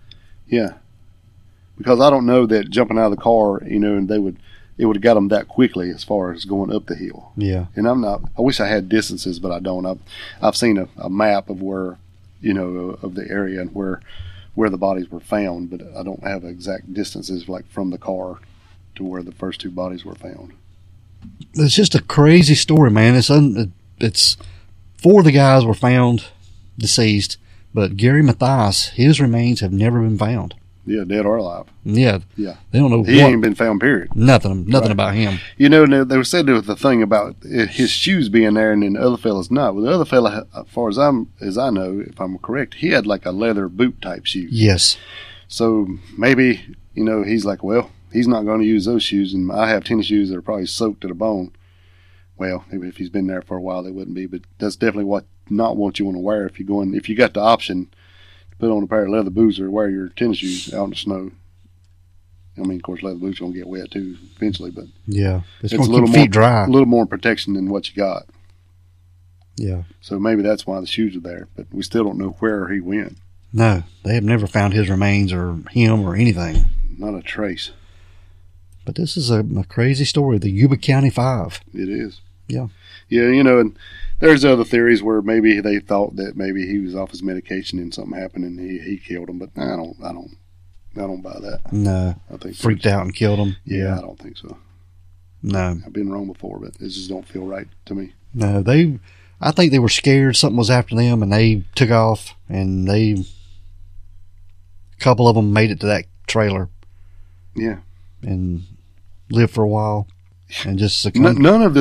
[SPEAKER 2] Yeah, because I don't know that jumping out of the car, you know, and they would it would have got them that quickly as far as going up the hill.
[SPEAKER 1] Yeah.
[SPEAKER 2] And I'm not. I wish I had distances, but I don't. I've I've seen a, a map of where you know of the area and where where the bodies were found, but I don't have exact distances like from the car to where the first two bodies were found.
[SPEAKER 1] it's just a crazy story, man. It's un, it's four of the guys were found deceased, but Gary Mathias, his remains have never been found.
[SPEAKER 2] Yeah, dead or alive.
[SPEAKER 1] Yeah,
[SPEAKER 2] Yeah.
[SPEAKER 1] they don't know
[SPEAKER 2] He
[SPEAKER 1] what,
[SPEAKER 2] ain't been found, period.
[SPEAKER 1] nothing, nothing about him.
[SPEAKER 2] You know, they they said there was the thing about uh, his shoes being there and then the other fella's not. Well, the other fella, as far as I'm as I know, if I'm correct, he had like a leather boot type shoe.
[SPEAKER 1] Yes,
[SPEAKER 2] So maybe you know he's like, well, he's not going to use those shoes, and I have tennis shoes that are probably soaked to the bone. Well, maybe if he's been there for a while, they wouldn't be. But that's definitely what not what you want to wear if you're going. If you got the option, to put on a pair of leather boots or wear your tennis shoes out in the snow. I mean, of course, leather boots gonna get wet too eventually, but
[SPEAKER 1] yeah, it's,
[SPEAKER 2] It's
[SPEAKER 1] gonna
[SPEAKER 2] a little
[SPEAKER 1] keep
[SPEAKER 2] more-
[SPEAKER 1] feet dry.
[SPEAKER 2] a little more protection than what you got.
[SPEAKER 1] Yeah,
[SPEAKER 2] So maybe that's why the shoes are there. But we still don't know where he went.
[SPEAKER 1] no, they have never found his remains or him or anything.
[SPEAKER 2] Not a trace.
[SPEAKER 1] But this is a, a crazy story. The Yuba County Five.
[SPEAKER 2] It is.
[SPEAKER 1] Yeah.
[SPEAKER 2] Yeah, you know, and there's other theories where maybe they thought that maybe he was off his medication and something happened and he, he killed him, but I don't I don't I don't buy that.
[SPEAKER 1] No,
[SPEAKER 2] I think
[SPEAKER 1] freaked out and killed him.
[SPEAKER 2] Yeah, I don't think so.
[SPEAKER 1] no,
[SPEAKER 2] I've been wrong before, but it just don't feel right to me.
[SPEAKER 1] no. They, I think they were scared something was after them, and they took off. And they, a couple of them made it to that trailer
[SPEAKER 2] Yeah.
[SPEAKER 1] and lived for a while, and just
[SPEAKER 2] N-
[SPEAKER 1] succumbed.
[SPEAKER 2] none of